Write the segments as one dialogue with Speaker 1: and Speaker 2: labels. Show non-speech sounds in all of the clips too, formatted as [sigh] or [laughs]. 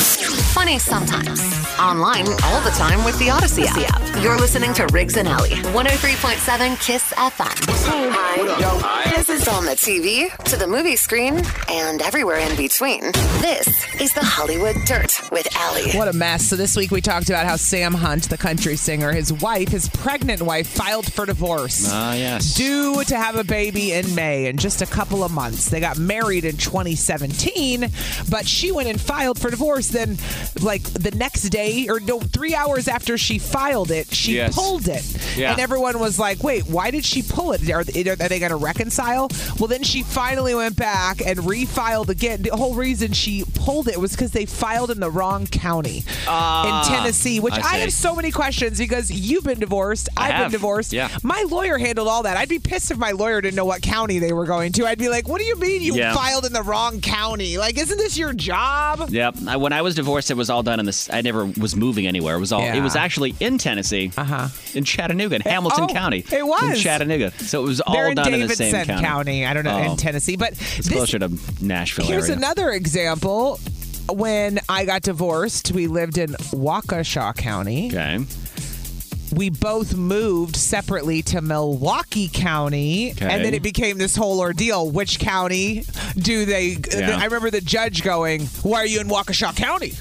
Speaker 1: Funny sometimes. Online all the time with the Odyssey app. You're listening to Riggs and oh Alley, 103.7 Kiss FM. Hi. This is on the TV, to the movie screen, and everywhere in between. This is the Hollywood Dirt with Alley.
Speaker 2: [laughs] What a mess. So, this week we talked about how Sam Hunt, the country singer, his wife, his pregnant wife, filed for divorce.
Speaker 3: Ah, yes.
Speaker 2: Due to have a baby in May in just a couple of months. They got married in 2017, but she went and filed for divorce. Then, like the next day, or no, three hours after she filed it, she
Speaker 3: Yes.
Speaker 2: pulled it.
Speaker 3: Yeah.
Speaker 2: And everyone was like, wait, why did she pull it? Are, are they going to reconcile? Well, then she finally went back and refiled again. The whole reason she pulled it was because they filed in the wrong county
Speaker 3: Ah,
Speaker 2: in Tennessee, which
Speaker 3: I
Speaker 2: I, have
Speaker 3: see.
Speaker 2: so many questions because you've been divorced.
Speaker 3: I
Speaker 2: have been
Speaker 3: have.
Speaker 2: divorced.
Speaker 3: Yeah.
Speaker 2: My lawyer handled all that. I'd be pissed if my lawyer didn't know what county they were going to. I'd be like, what do you mean you
Speaker 3: Yeah.
Speaker 2: filed in the wrong county? Like, isn't this your job?
Speaker 3: Yep. I, when I was divorced, it was all done in this. I never was moving anywhere. It was all. It was
Speaker 2: Yeah.
Speaker 3: actually in Tennessee,
Speaker 2: Uh huh.
Speaker 3: in Chattanooga, in Hamilton
Speaker 2: oh,
Speaker 3: County.
Speaker 2: it was.
Speaker 3: in Chattanooga. So it was all
Speaker 2: They're in
Speaker 3: done in the
Speaker 2: Davidson
Speaker 3: same county.
Speaker 2: I don't know,
Speaker 3: Oh.
Speaker 2: in Tennessee. But
Speaker 3: It's
Speaker 2: this,
Speaker 3: closer to Nashville
Speaker 2: Here's
Speaker 3: area.
Speaker 2: another example. When I got divorced, we lived in Waukesha County. [laughs]
Speaker 3: okay. [laughs]
Speaker 2: We both moved separately to Milwaukee County,
Speaker 3: Okay.
Speaker 2: and then it became this whole ordeal. Which county do they?
Speaker 3: Yeah.
Speaker 2: I remember the judge going, "Why are you in Waukesha County?"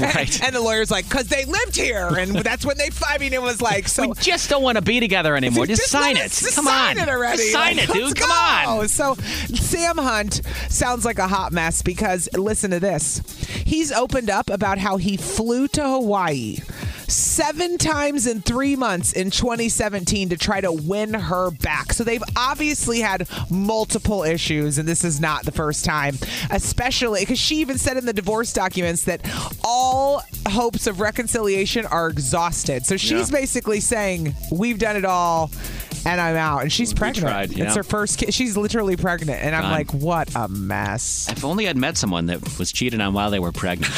Speaker 3: Right.
Speaker 2: And the lawyer's like, "Cause they lived here, and that's when they." I mean, it was like so.
Speaker 3: [laughs] we just don't want to be together anymore. Just,
Speaker 2: let
Speaker 3: sign it.
Speaker 2: us- just
Speaker 3: Come
Speaker 2: sign
Speaker 3: on.
Speaker 2: it already.
Speaker 3: Just sign
Speaker 2: Like,
Speaker 3: it, dude.
Speaker 2: let's
Speaker 3: Come
Speaker 2: go.
Speaker 3: on.
Speaker 2: So Sam Hunt sounds like a hot mess because listen to this. He's opened up about how he flew to Hawaii seven times in three months in 2017 to try to win her back. So they've obviously had multiple issues, and this is not the first time, especially because she even said in the divorce documents that all hopes of reconciliation are exhausted. So she's basically saying, We've done it all. And I'm out, and she's pregnant.
Speaker 3: tried, yeah.
Speaker 2: It's her first kid. She's literally pregnant, and I'm like, what a mess.
Speaker 3: If only I'd met someone that was cheated on while they
Speaker 2: [laughs]
Speaker 3: were pregnant.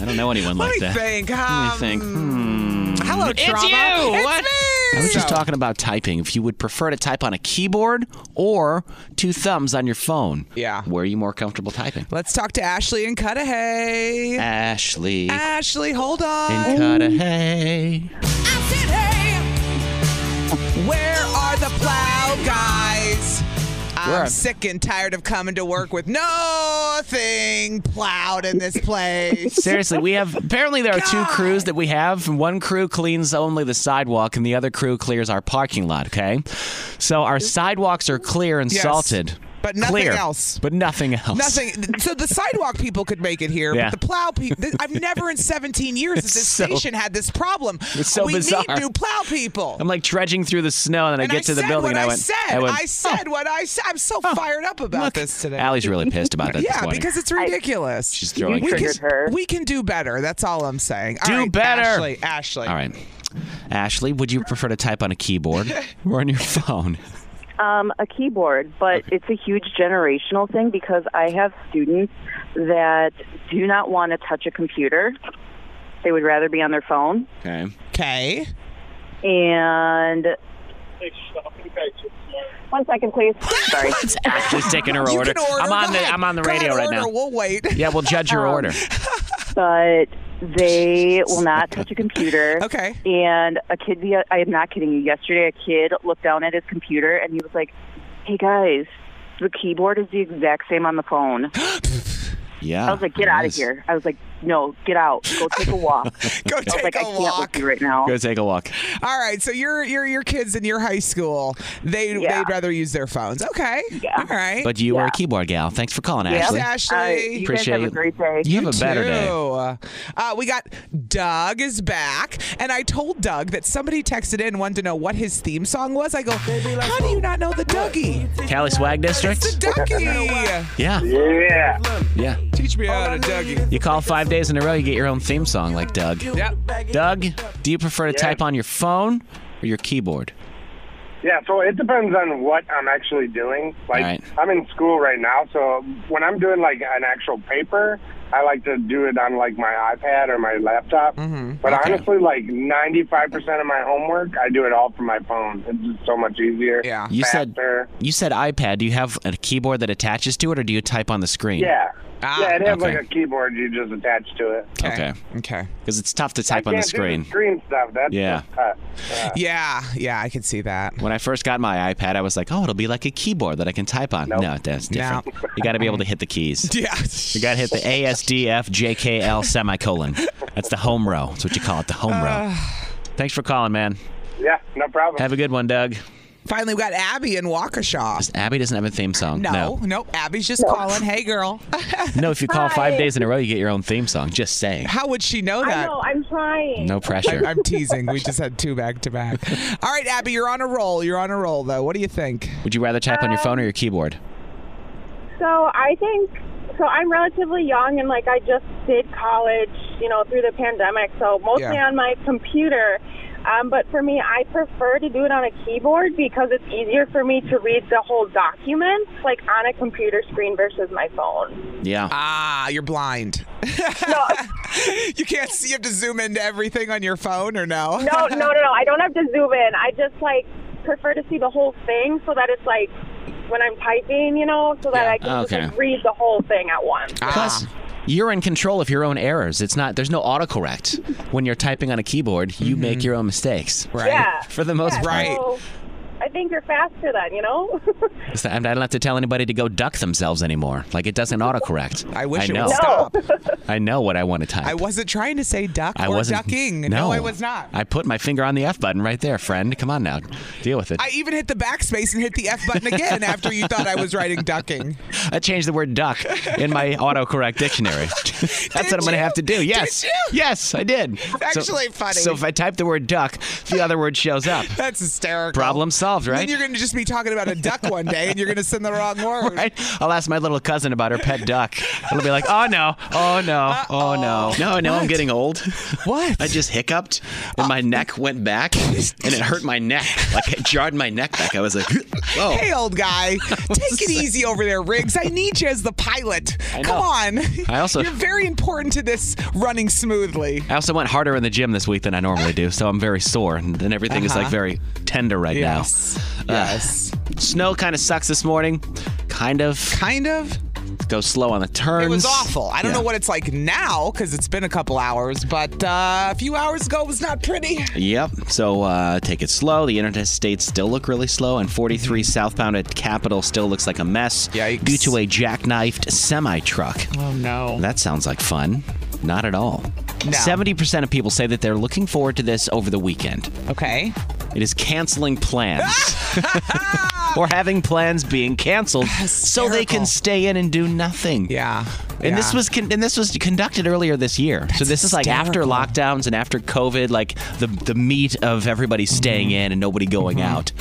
Speaker 3: I don't know anyone
Speaker 2: Let
Speaker 3: like
Speaker 2: me
Speaker 3: that.
Speaker 2: think.
Speaker 3: Let
Speaker 2: Um,
Speaker 3: me think. Hmm.
Speaker 2: Hello,
Speaker 3: It's
Speaker 2: trauma.
Speaker 3: you!
Speaker 2: It's
Speaker 3: What?
Speaker 2: me!
Speaker 3: I was just talking about typing. If you would prefer to type on a keyboard or two thumbs on your phone.
Speaker 2: Yeah.
Speaker 3: Where are you more comfortable typing?
Speaker 2: Let's talk to Ashley and Cudahy.
Speaker 3: Ashley and
Speaker 2: Ashley, hold on.
Speaker 3: Cudahy.
Speaker 2: I said, hey, where are the plow guys? I'm
Speaker 3: Where?
Speaker 2: sick and tired of coming to work with nothing plowed in this place.
Speaker 3: Seriously, we have apparently there are two crews that we have, and one crew cleans only the sidewalk, and the other crew clears our parking lot. Okay, so our sidewalks are clear and
Speaker 2: Yes.
Speaker 3: salted,
Speaker 2: But nothing
Speaker 3: Clear,
Speaker 2: else.
Speaker 3: But nothing else.
Speaker 2: Nothing. So the sidewalk people could make it here,
Speaker 3: Yeah.
Speaker 2: but the plow people. I've never in 17 years that
Speaker 3: It's
Speaker 2: this
Speaker 3: [laughs] so-
Speaker 2: station had this problem.
Speaker 3: It's so
Speaker 2: we need
Speaker 3: bizarre.
Speaker 2: new plow people.
Speaker 3: I'm like trudging through the snow, and then
Speaker 2: and
Speaker 3: I get to the
Speaker 2: said
Speaker 3: building,
Speaker 2: what
Speaker 3: and I
Speaker 2: I,
Speaker 3: went.
Speaker 2: said,
Speaker 3: I went. "Oh."
Speaker 2: said what I said. I'm so fired up about this today.
Speaker 3: Allie's really pissed about
Speaker 2: [laughs]
Speaker 3: that. this
Speaker 2: yeah,
Speaker 3: morning.
Speaker 2: because it's ridiculous.
Speaker 3: She's throwing
Speaker 2: we can,
Speaker 3: things.
Speaker 2: we can do better. That's all I'm saying. All
Speaker 3: Do
Speaker 2: right,
Speaker 3: better.
Speaker 2: Ashley. Ashley.
Speaker 3: All right, Ashley, would you prefer to type on a keyboard or on your phone?
Speaker 4: Um, a keyboard, but it's a huge generational thing because I have students that do not want to touch a computer. They would rather be on their phone.
Speaker 3: Okay.
Speaker 2: Okay.
Speaker 4: And one second, please. Sorry.
Speaker 3: Ashley's taking her
Speaker 2: You
Speaker 3: order.
Speaker 2: can order.
Speaker 3: I'm on
Speaker 2: Go
Speaker 3: the
Speaker 2: ahead.
Speaker 3: I'm on the
Speaker 2: Go
Speaker 3: radio
Speaker 2: ahead,
Speaker 3: right
Speaker 2: order.
Speaker 3: now.
Speaker 2: We'll wait.
Speaker 3: Yeah, we'll judge your order.
Speaker 4: Um, But they will not touch a computer.
Speaker 2: Okay.
Speaker 4: And a kid, the I am not kidding you. Yesterday, a kid looked down at his computer and he was like, "Hey guys, the keyboard is the exact same on the phone."
Speaker 3: Yeah.
Speaker 4: I was like, get
Speaker 3: it
Speaker 4: out of
Speaker 3: is.
Speaker 4: here. I was like, no, get out. Go take a
Speaker 3: [laughs]
Speaker 4: walk.
Speaker 2: Go
Speaker 4: I was
Speaker 2: take
Speaker 4: like, I
Speaker 2: a
Speaker 4: can't
Speaker 2: walk.
Speaker 4: with you right now.
Speaker 3: Go take a walk.
Speaker 2: All right, so your your your kids in your high school, they
Speaker 4: Yeah.
Speaker 2: they'd rather use their phones. Okay, all right.
Speaker 3: But you were a keyboard gal. Thanks for calling,
Speaker 4: Yeah.
Speaker 3: Ashley.
Speaker 2: Ashley.
Speaker 4: All right, you guys
Speaker 3: Appreciate
Speaker 4: have
Speaker 3: it.
Speaker 4: a great day.
Speaker 3: You have a better
Speaker 2: too.
Speaker 3: day.
Speaker 2: Uh, we got Doug is back, and I told Doug that somebody texted in and wanted to know what his theme song was. I go, how do you not know the Dougie?
Speaker 3: Cali Swag
Speaker 2: It's
Speaker 3: District?
Speaker 2: the Dougie.
Speaker 3: Yeah.
Speaker 5: Yeah.
Speaker 3: Yeah.
Speaker 2: Teach me how to Dougie.
Speaker 3: You call five days in a row, you get your own theme song like Doug.
Speaker 2: Yep.
Speaker 3: Doug, do you prefer to type on your phone or your keyboard?
Speaker 5: Yeah, so it depends on what I'm actually doing. Like,
Speaker 3: Right.
Speaker 5: I'm in school right now, so when I'm doing like an actual paper, I like to do it on like my iPad or my laptop.
Speaker 2: Mm-hmm.
Speaker 5: But
Speaker 3: Okay.
Speaker 5: honestly, like 95% of my homework, I do it all from my phone. It's just so much easier.
Speaker 2: Yeah.
Speaker 3: You said
Speaker 5: faster.
Speaker 3: you said iPad. Do you have a keyboard that attaches to it or do you type on the screen?
Speaker 5: Yeah.
Speaker 2: Ah,
Speaker 5: yeah, it has
Speaker 3: okay.
Speaker 5: like a keyboard you just attach to it.
Speaker 3: Okay.
Speaker 2: Okay.
Speaker 3: Because it's tough to type on the
Speaker 5: Can't do
Speaker 3: screen.
Speaker 5: screen stuff. That's uh,
Speaker 3: Yeah.
Speaker 5: just tough. Yeah.
Speaker 2: Yeah, yeah, I can see that.
Speaker 3: When I first got my iPad, I was like, oh, it'll be like a keyboard that I can type on. No, that's different. You got to be able to hit the keys.
Speaker 2: [laughs] Yeah.
Speaker 3: You got to hit the ASDFJKL semicolon. That's the home row. That's what you call it, the home row. Thanks for calling, man.
Speaker 5: yeah, no problem.
Speaker 3: Have a good one, Doug.
Speaker 2: Finally, we got Abby in Waukesha.
Speaker 3: Abby doesn't have a theme song.
Speaker 2: No,
Speaker 3: um, No,
Speaker 2: nope. Abby's just calling. Hey, girl.
Speaker 3: No, if you call five days in a row, you get your own theme song. Just saying.
Speaker 2: How would she know that?
Speaker 4: I'm trying.
Speaker 3: No
Speaker 2: [laughs]
Speaker 3: pressure.
Speaker 2: I- I'm teasing. We just had two back to back. All right, Abby, you're on a roll. You're on a roll, though. What do you think?
Speaker 3: Would you rather type on your phone or your keyboard?
Speaker 4: Um, So I think so. I'm relatively young, and like I just did college, you know, through the pandemic. So mostly
Speaker 2: Yeah.
Speaker 4: on my computer. Um, but for me, I prefer to do it on a keyboard because it's easier for me to read the whole document, like on a computer screen versus my phone.
Speaker 3: Yeah.
Speaker 2: Ah, you're blind. [laughs] you can't see. You have to zoom into everything on your phone, or no?
Speaker 4: No,
Speaker 3: [laughs]
Speaker 4: no, no, no. I don't have to zoom in. I just like prefer to see the whole thing so that it's like when I'm typing, you know, so that I can
Speaker 3: Okay. Ah.
Speaker 4: just like, read the whole thing at once.
Speaker 3: Plus, you're in control of your own errors. It's not. There's no autocorrect. When you're typing on a keyboard, you
Speaker 2: Mm-hmm.
Speaker 3: make your own mistakes.
Speaker 2: Right.
Speaker 4: Yeah.
Speaker 3: [laughs] For the most
Speaker 4: Yeah,
Speaker 3: part.
Speaker 2: Right.
Speaker 4: So I think you're faster then, you know? [laughs]
Speaker 3: It's that- I don't have to tell anybody to go duck themselves anymore. Like it doesn't autocorrect.
Speaker 2: I wish
Speaker 3: I
Speaker 2: it
Speaker 3: know.
Speaker 2: would
Speaker 4: [laughs]
Speaker 2: stop.
Speaker 3: I know what I want to type.
Speaker 2: I wasn't trying to say duck
Speaker 3: I
Speaker 2: or
Speaker 3: wasn't
Speaker 2: ducking.
Speaker 3: No,
Speaker 2: I was not. I,
Speaker 3: I put my finger on the F button right there, friend. Come on now, deal with it. I,
Speaker 2: even hit the backspace and hit the F button again after you thought I was writing ducking.
Speaker 3: changed the word duck
Speaker 2: [laughs]
Speaker 3: in my autocorrect dictionary. [laughs] That's what I'm
Speaker 2: Did
Speaker 3: gonna have to
Speaker 2: you?
Speaker 3: do.
Speaker 2: Did
Speaker 3: Yes,
Speaker 2: you?
Speaker 3: yes, I did.
Speaker 2: actually
Speaker 3: so,
Speaker 2: funny.
Speaker 3: So if I type the word duck, the other word
Speaker 2: [laughs]
Speaker 3: shows up.
Speaker 2: That's hysterical.
Speaker 3: Problem solved, right?
Speaker 2: Then you're going to just be talking about a duck one day, and you're going to send the
Speaker 3: [laughs]
Speaker 2: wrong word.
Speaker 3: Right? I'll ask my little cousin about her pet duck. It'll be like, oh no, oh no, oh no. No, no, I'm getting old.
Speaker 2: What? Uh,
Speaker 3: I just hiccuped and my neck went
Speaker 2: [laughs]
Speaker 3: back and it hurt my neck. Like it jarred my neck back. I was like, [laughs] whoa.
Speaker 2: Hey, old [laughs] guy, take it easy over there, Riggs. I need you as the pilot.
Speaker 3: I
Speaker 2: Come
Speaker 3: know.
Speaker 2: on.
Speaker 3: I also-
Speaker 2: You're very important to this running smoothly.
Speaker 3: I also went harder in the gym this week than I normally do, so I'm very sore and, and everything is like very tender right
Speaker 2: Uh-huh. Yes.
Speaker 3: now. Uh,
Speaker 2: Yes.
Speaker 3: snow kind of sucks this morning. Kind of.
Speaker 2: Kind of.
Speaker 3: Go slow on the turns.
Speaker 2: It was awful. I don't
Speaker 3: Yeah.
Speaker 2: know what it's like now because it's been a couple hours, but uh, a few hours ago it was not pretty.
Speaker 3: Yep. So uh, take it slow. The interstates still look really slow, and 43 southbound at Capitol still looks like a mess
Speaker 2: Mm-hmm. Yikes.
Speaker 3: due to a jackknifed semi truck.
Speaker 6: Oh no.
Speaker 3: That sounds like fun. Not at all.
Speaker 2: No.
Speaker 3: 70% of people say that they're looking forward to this over the weekend.
Speaker 2: Okay.
Speaker 3: It is
Speaker 2: [laughs]
Speaker 3: canceling plans or having plans being canceled so they
Speaker 2: Hysterical.
Speaker 3: can stay in and do nothing.
Speaker 2: Yeah.
Speaker 3: And this
Speaker 2: Yeah.
Speaker 3: was con- and this was conducted earlier this year. so this is like after
Speaker 2: hysterical.
Speaker 3: lockdowns and after COVID, like the the meat of everybody staying
Speaker 2: Mm-hmm.
Speaker 3: in and nobody going out.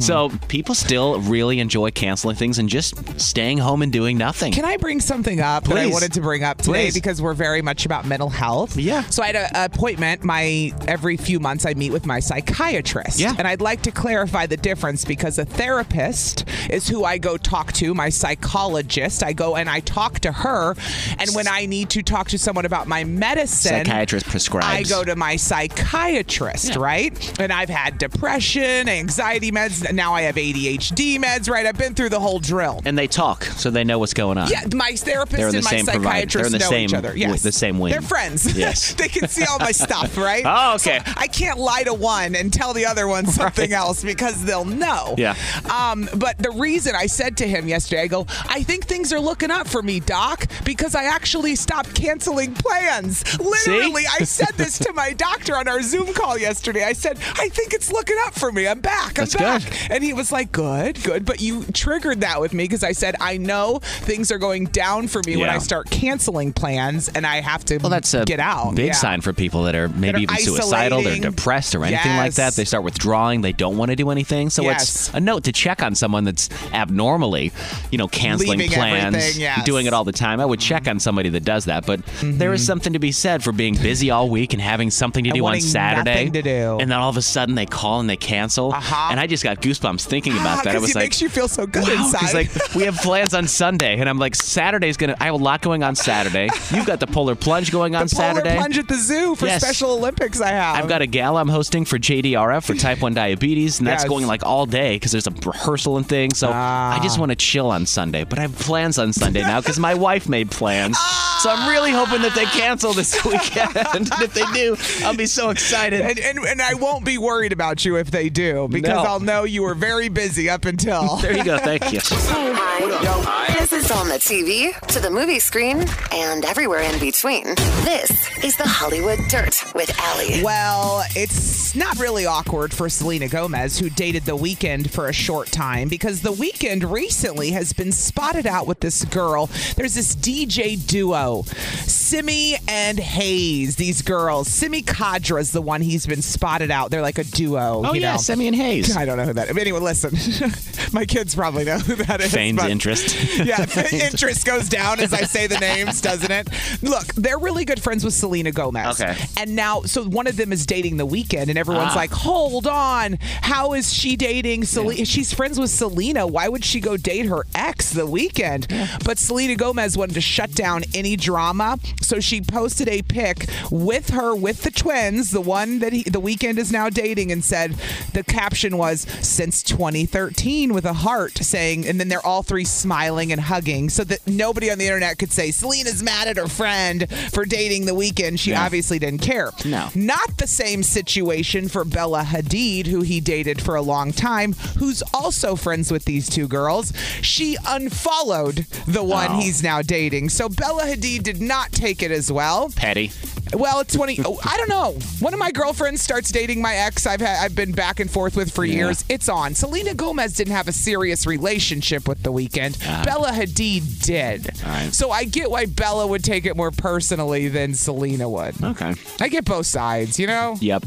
Speaker 3: So people still really enjoy canceling things and just staying home and doing nothing.
Speaker 2: Can I bring something up that I
Speaker 3: Please.
Speaker 2: wanted to bring up today
Speaker 3: Please.
Speaker 2: because we're very much about mental health?
Speaker 3: Yeah.
Speaker 2: So I had an appointment. My every few months I meet with my psychiatrist.
Speaker 3: Yeah.
Speaker 2: And I'd like to clarify the difference because a therapist is who I go talk to. My psychologist, I go and I talk to her. And when I need to talk to someone about my medicine,
Speaker 3: Psychiatrist
Speaker 2: I
Speaker 3: prescribes.
Speaker 2: go to my psychiatrist, right? And I've had depression, anxiety meds. Now I have ADHD meds, right? I've been through the whole drill.
Speaker 3: and they talk, so they know what's going on.
Speaker 2: Yeah, my therapist
Speaker 3: They're in
Speaker 2: and
Speaker 3: the
Speaker 2: my
Speaker 3: same provider. They're in
Speaker 2: psychiatrist
Speaker 3: the
Speaker 2: know each
Speaker 3: same
Speaker 2: other.
Speaker 3: wi-
Speaker 2: Yes,
Speaker 3: the same wing.
Speaker 2: They're friends.
Speaker 3: Yes.
Speaker 2: [laughs] they can see all my
Speaker 3: [laughs]
Speaker 2: stuff, right?
Speaker 3: Oh, okay.
Speaker 2: So I can't lie to one and tell the other one something else because they'll know.
Speaker 3: Yeah.
Speaker 2: Uh, Um, but the reason I said to him yesterday, I go, I think things are looking up for me, Doc, because I actually stopped canceling plans. Literally,
Speaker 3: [laughs]
Speaker 2: I said this to my doctor on our Zoom call yesterday. I said, I think it's looking up for me. I'm back. I'm
Speaker 3: That's
Speaker 2: back.
Speaker 3: good.
Speaker 2: And he was like, Good, good. But you triggered that with me because I said, I know things are going down for me when
Speaker 3: Yeah.
Speaker 2: I start canceling plans and I have to
Speaker 3: Well, that's a
Speaker 2: get out.
Speaker 3: big
Speaker 2: Yeah.
Speaker 3: sign for people that are maybe
Speaker 2: are
Speaker 3: even suicidal, they're
Speaker 2: isolating.
Speaker 3: depressed or anything like that.
Speaker 2: Yes.
Speaker 3: They start withdrawing, they don't want to do anything. So
Speaker 2: Yes.
Speaker 3: it's a note to check on someone that's abnormally, you know, canceling
Speaker 2: Leaving
Speaker 3: plans,
Speaker 2: everything, yes.
Speaker 3: doing it all the time. I would check on somebody that does that, but there is something to be said for being busy all week and having something to
Speaker 2: Mm-hmm. And
Speaker 3: do on
Speaker 2: wanting
Speaker 3: Saturday.
Speaker 2: nothing to do.
Speaker 3: And then all of a sudden they call and they cancel.
Speaker 2: Uh-huh.
Speaker 3: And I just got goosebumps thinking
Speaker 2: Ah,
Speaker 3: about that.
Speaker 2: [laughs]
Speaker 3: I
Speaker 2: 'cause
Speaker 3: was
Speaker 2: it
Speaker 3: like
Speaker 2: makes you feel so good inside.
Speaker 3: He's like, we have plans on Sunday, and I'm like, Saturday's gonna. I have a lot going on Saturday. You've got the polar plunge going on
Speaker 2: the
Speaker 3: Saturday.
Speaker 2: polar plunge at the zoo for
Speaker 3: Yes.
Speaker 2: Special Olympics. I have.
Speaker 3: I've got a gala I'm hosting for JDRF for type 1 diabetes, and that's
Speaker 2: Yes.
Speaker 3: going like all day because there's a rehearsal and things. So I
Speaker 2: Ah.
Speaker 3: just want to chill on Sunday, but I have plans on Sunday now because my wife made plans. So I'm really hoping that they cancel this [laughs] weekend. And if they do, I'll be so excited.
Speaker 2: and, and, and I won't be worried about you if they do because
Speaker 3: No.
Speaker 2: I'll know you were very busy up
Speaker 3: [laughs]
Speaker 2: until.
Speaker 3: there you go. Thank you.
Speaker 1: This is on the TV, to the movie screen, and everywhere in between. This is the Hollywood Dirt with Allie.
Speaker 2: Well, it's not really awkward for Selena Gomez, who dated The Weeknd for a short time, because The Weeknd recently has been spotted out with this girl. There's this DJ duo, Simi and Hayes, these girls. Simi Kadra's the one he's been spotted out. They're like a duo.
Speaker 3: Oh,
Speaker 2: you
Speaker 3: yeah,
Speaker 2: know?
Speaker 3: Simeon Hayes.
Speaker 2: I don't know who that. But anyway, listen, [laughs] my kids probably know who that is.
Speaker 3: Famed
Speaker 2: but-
Speaker 3: interest.
Speaker 2: [laughs] yeah, interest goes down as I say the names, doesn't it? Look, they're really good friends with Selena Gomez.
Speaker 3: Okay.
Speaker 2: And now, so one of them is dating The Weeknd, and everyone's
Speaker 3: Ah.
Speaker 2: like, hold on. How is she dating Selena? She's friends with Selena. Why would she go date her ex, The Weeknd? But Selena Gomez wanted to shut down any drama. So she posted a pic with her, with the twins, the one that he, The Weeknd is now dating, and said, the caption was, since 2013, with a heart saying, and then they're all three smiling and hugging so that nobody on the internet could say, Selena's mad at her friend for dating The Weeknd. She
Speaker 3: Yeah.
Speaker 2: obviously didn't care.
Speaker 3: No.
Speaker 2: Not the same situation for Bella Hadid, who he dated for a long time, who's also friends with these two girls. She unfollowed the one
Speaker 3: Oh.
Speaker 2: he's now dating. So Bella Hadid did not take it as well.
Speaker 3: Petty.
Speaker 2: Well, it's 20 oh, I don't know. One of my girlfriends starts dating my ex I've had I've been back and forth with for years. It's on. Selena Gomez didn't have a serious relationship with the weekend. Bella Hadid did.
Speaker 3: Ah. right.
Speaker 2: So I get why Bella would take it more personally than Selena would.
Speaker 3: Okay.
Speaker 2: I get both sides, you know?
Speaker 3: Yep.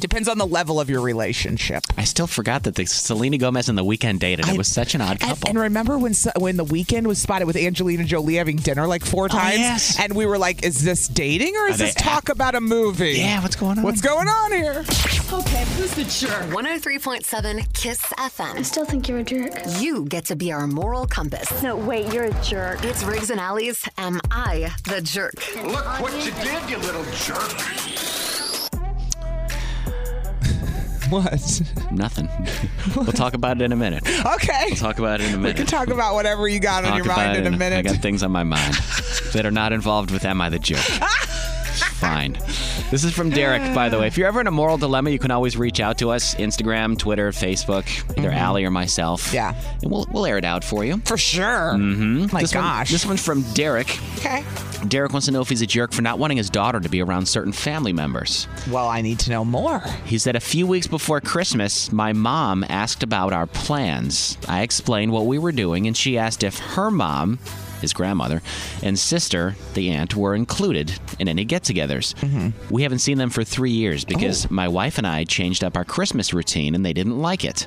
Speaker 2: Depends on the level of your relationship.
Speaker 3: I still forgot that the Selena Gomez and the Weekend dated.
Speaker 2: I-
Speaker 3: It was such an odd
Speaker 2: And,
Speaker 3: couple.
Speaker 2: and remember when so- when the weekend was spotted with Angelina Jolie having dinner like four times,
Speaker 3: Oh, yes.
Speaker 2: and we were like, "Is this dating or is
Speaker 3: Are
Speaker 2: this
Speaker 3: they-
Speaker 2: talk about a movie?"
Speaker 3: yeah, what's going on?
Speaker 2: What's going on here?
Speaker 6: Okay, who's the jerk?
Speaker 1: 103.7 Kiss FM.
Speaker 7: Still think you're a jerk.
Speaker 1: You get to be our moral compass.
Speaker 7: No, wait, you're a jerk.
Speaker 1: It's Riggs and Allies. Am I the jerk?
Speaker 5: Look what you did, you little jerk.
Speaker 2: What? [laughs]
Speaker 3: Nothing. we'll talk about it in a minute. We'll
Speaker 2: Okay.
Speaker 3: talk about it in a minute.
Speaker 2: We can talk about whatever you got on
Speaker 3: Talk
Speaker 2: your
Speaker 3: about
Speaker 2: mind
Speaker 3: it
Speaker 2: in a
Speaker 3: I
Speaker 2: minute.
Speaker 3: got things on my mind that are not involved with Am I
Speaker 2: [laughs]
Speaker 3: the Jerk? Fine. This is from Derek, by the way. If you're ever in a moral dilemma, you can always reach out to us Instagram, Twitter, Facebook, either Allie or myself.
Speaker 2: Mm-hmm. Yeah.
Speaker 3: And we'll, we'll air it out for you.
Speaker 2: For sure. Mm-hmm. My
Speaker 3: this
Speaker 2: gosh.
Speaker 3: One, this one's from Derek.
Speaker 2: okay.
Speaker 3: Derek wants to know if he's a jerk for not wanting his daughter to be around certain family members.
Speaker 2: Well, I need to know more.
Speaker 3: He said, A few weeks before Christmas, my mom asked about our plans. I explained what we were doing, and she asked if her mom, his grandmother, and sister, the aunt, were included in any get togethers. We haven't seen them for three years because my wife and I changed up our Christmas routine and they didn't like it.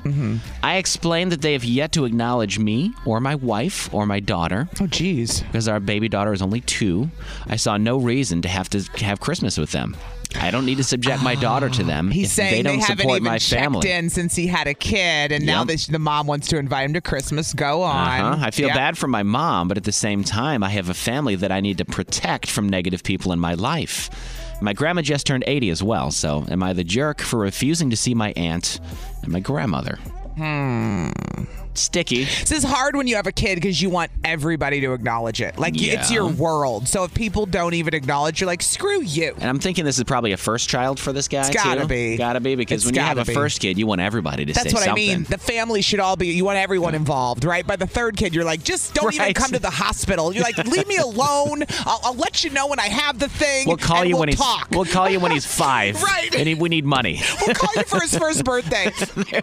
Speaker 3: I explained that they have yet to acknowledge me or my wife or my daughter
Speaker 2: Oh, geez.
Speaker 3: because our baby daughter is only two. I saw no reason to have to have Christmas with them. I don't need to subject my daughter to them.
Speaker 2: He's
Speaker 3: if
Speaker 2: saying
Speaker 3: they don't
Speaker 2: haven't
Speaker 3: support
Speaker 2: even
Speaker 3: my
Speaker 2: checked
Speaker 3: family.
Speaker 2: in since he had a kid, and now
Speaker 3: Yep.
Speaker 2: this, the mom wants to invite him to Christmas. Go on.
Speaker 3: Uh-huh. I feel
Speaker 2: Yeah.
Speaker 3: bad for my mom, but at the same time, I have a family that I need to protect from negative people in my life. My grandma just turned 80 as well, so
Speaker 2: Hmm.
Speaker 3: am I the jerk for refusing to see my aunt and my grandmother? sticky.
Speaker 2: This is hard when you have a kid because you want everybody to acknowledge it. Like you it's
Speaker 3: Yeah.
Speaker 2: your world. So if people don't even acknowledge, you're like, screw you.
Speaker 3: And I'm thinking this is probably a first child for this guy.
Speaker 2: It's gotta
Speaker 3: too.
Speaker 2: be.
Speaker 3: Gotta be because
Speaker 2: It's
Speaker 3: when you have a
Speaker 2: gotta be.
Speaker 3: first kid, you want everybody to
Speaker 2: That's
Speaker 3: say
Speaker 2: what
Speaker 3: something.
Speaker 2: I mean. The family should all be. You want everyone involved, right? By the third kid, you're like, just don't even
Speaker 3: Right.
Speaker 2: come to the hospital. You're like, leave me alone. I'll, I'll let you know when I have the thing.
Speaker 3: We'll call
Speaker 2: and
Speaker 3: you
Speaker 2: we'll
Speaker 3: when
Speaker 2: talk.
Speaker 3: he's. We'll call
Speaker 2: [laughs]
Speaker 3: you when he's five.
Speaker 2: Right.
Speaker 3: And he- we
Speaker 2: [laughs]
Speaker 3: need money.
Speaker 2: We'll call you for his first
Speaker 3: [laughs]
Speaker 2: birthday.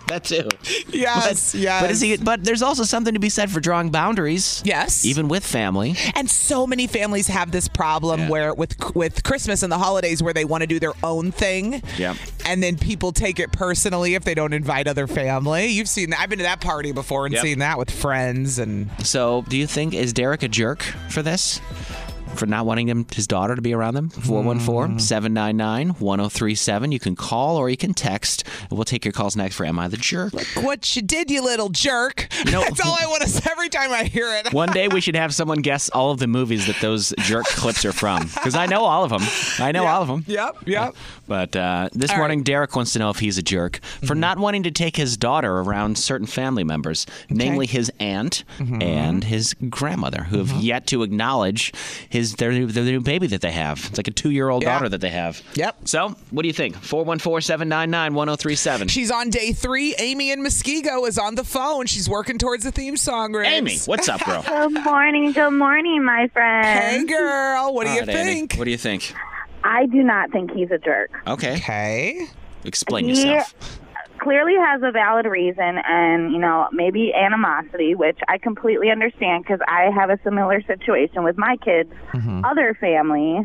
Speaker 3: that too.
Speaker 2: Yes, yes.
Speaker 3: But is he? But there's also something to be said for drawing boundaries.
Speaker 2: Yes.
Speaker 3: Even with family.
Speaker 2: And so many families have this problem where with with Christmas and the holidays where they want to do their own thing.
Speaker 3: Yeah.
Speaker 2: And then people take it personally if they don't invite other family. You've seen that. I've been to that party before and
Speaker 3: Yep.
Speaker 2: seen that with friends and
Speaker 3: So, do you think is Derek a jerk for this? For not wanting him, his daughter to be around them?
Speaker 2: Mm.
Speaker 3: 414 799 1037. You can call or you can text. We'll take your calls next for Am I the Jerk?
Speaker 2: what you did, you little jerk. [laughs] That's all I want to say every time I hear it.
Speaker 3: One day we should have someone guess all of the movies that those jerk clips are from. Because I know all of them. I know all of them.
Speaker 2: Yep, yep.
Speaker 3: But uh, this morning, Derek wants to know if he's a jerk for
Speaker 2: Mm-hmm.
Speaker 3: not wanting to take his daughter around certain family members, namely his aunt
Speaker 2: Mm-hmm.
Speaker 3: and his grandmother, who have yet to acknowledge his their new, their new baby that they have. It's like a two year old
Speaker 2: Yeah.
Speaker 3: daughter that they have.
Speaker 2: Yep.
Speaker 3: So, what do you think? 414 799 1037.
Speaker 2: She's on day three. Amy in Muskego is on the phone. She's working towards the theme song. Riggs.
Speaker 3: Amy, what's up, girl?
Speaker 8: [laughs] Good morning, good morning, my friend.
Speaker 2: Hey, girl. What do
Speaker 3: All
Speaker 2: you
Speaker 3: right,
Speaker 2: think?
Speaker 3: Amy, What do you think?
Speaker 8: I do not think he's a jerk.
Speaker 3: Okay.
Speaker 2: Okay.
Speaker 3: Explain
Speaker 8: He-
Speaker 3: yourself.
Speaker 8: Clearly has a valid reason, and you know maybe animosity, which I completely understand because I have a similar situation with my kids'
Speaker 3: Mm-hmm.
Speaker 8: other family,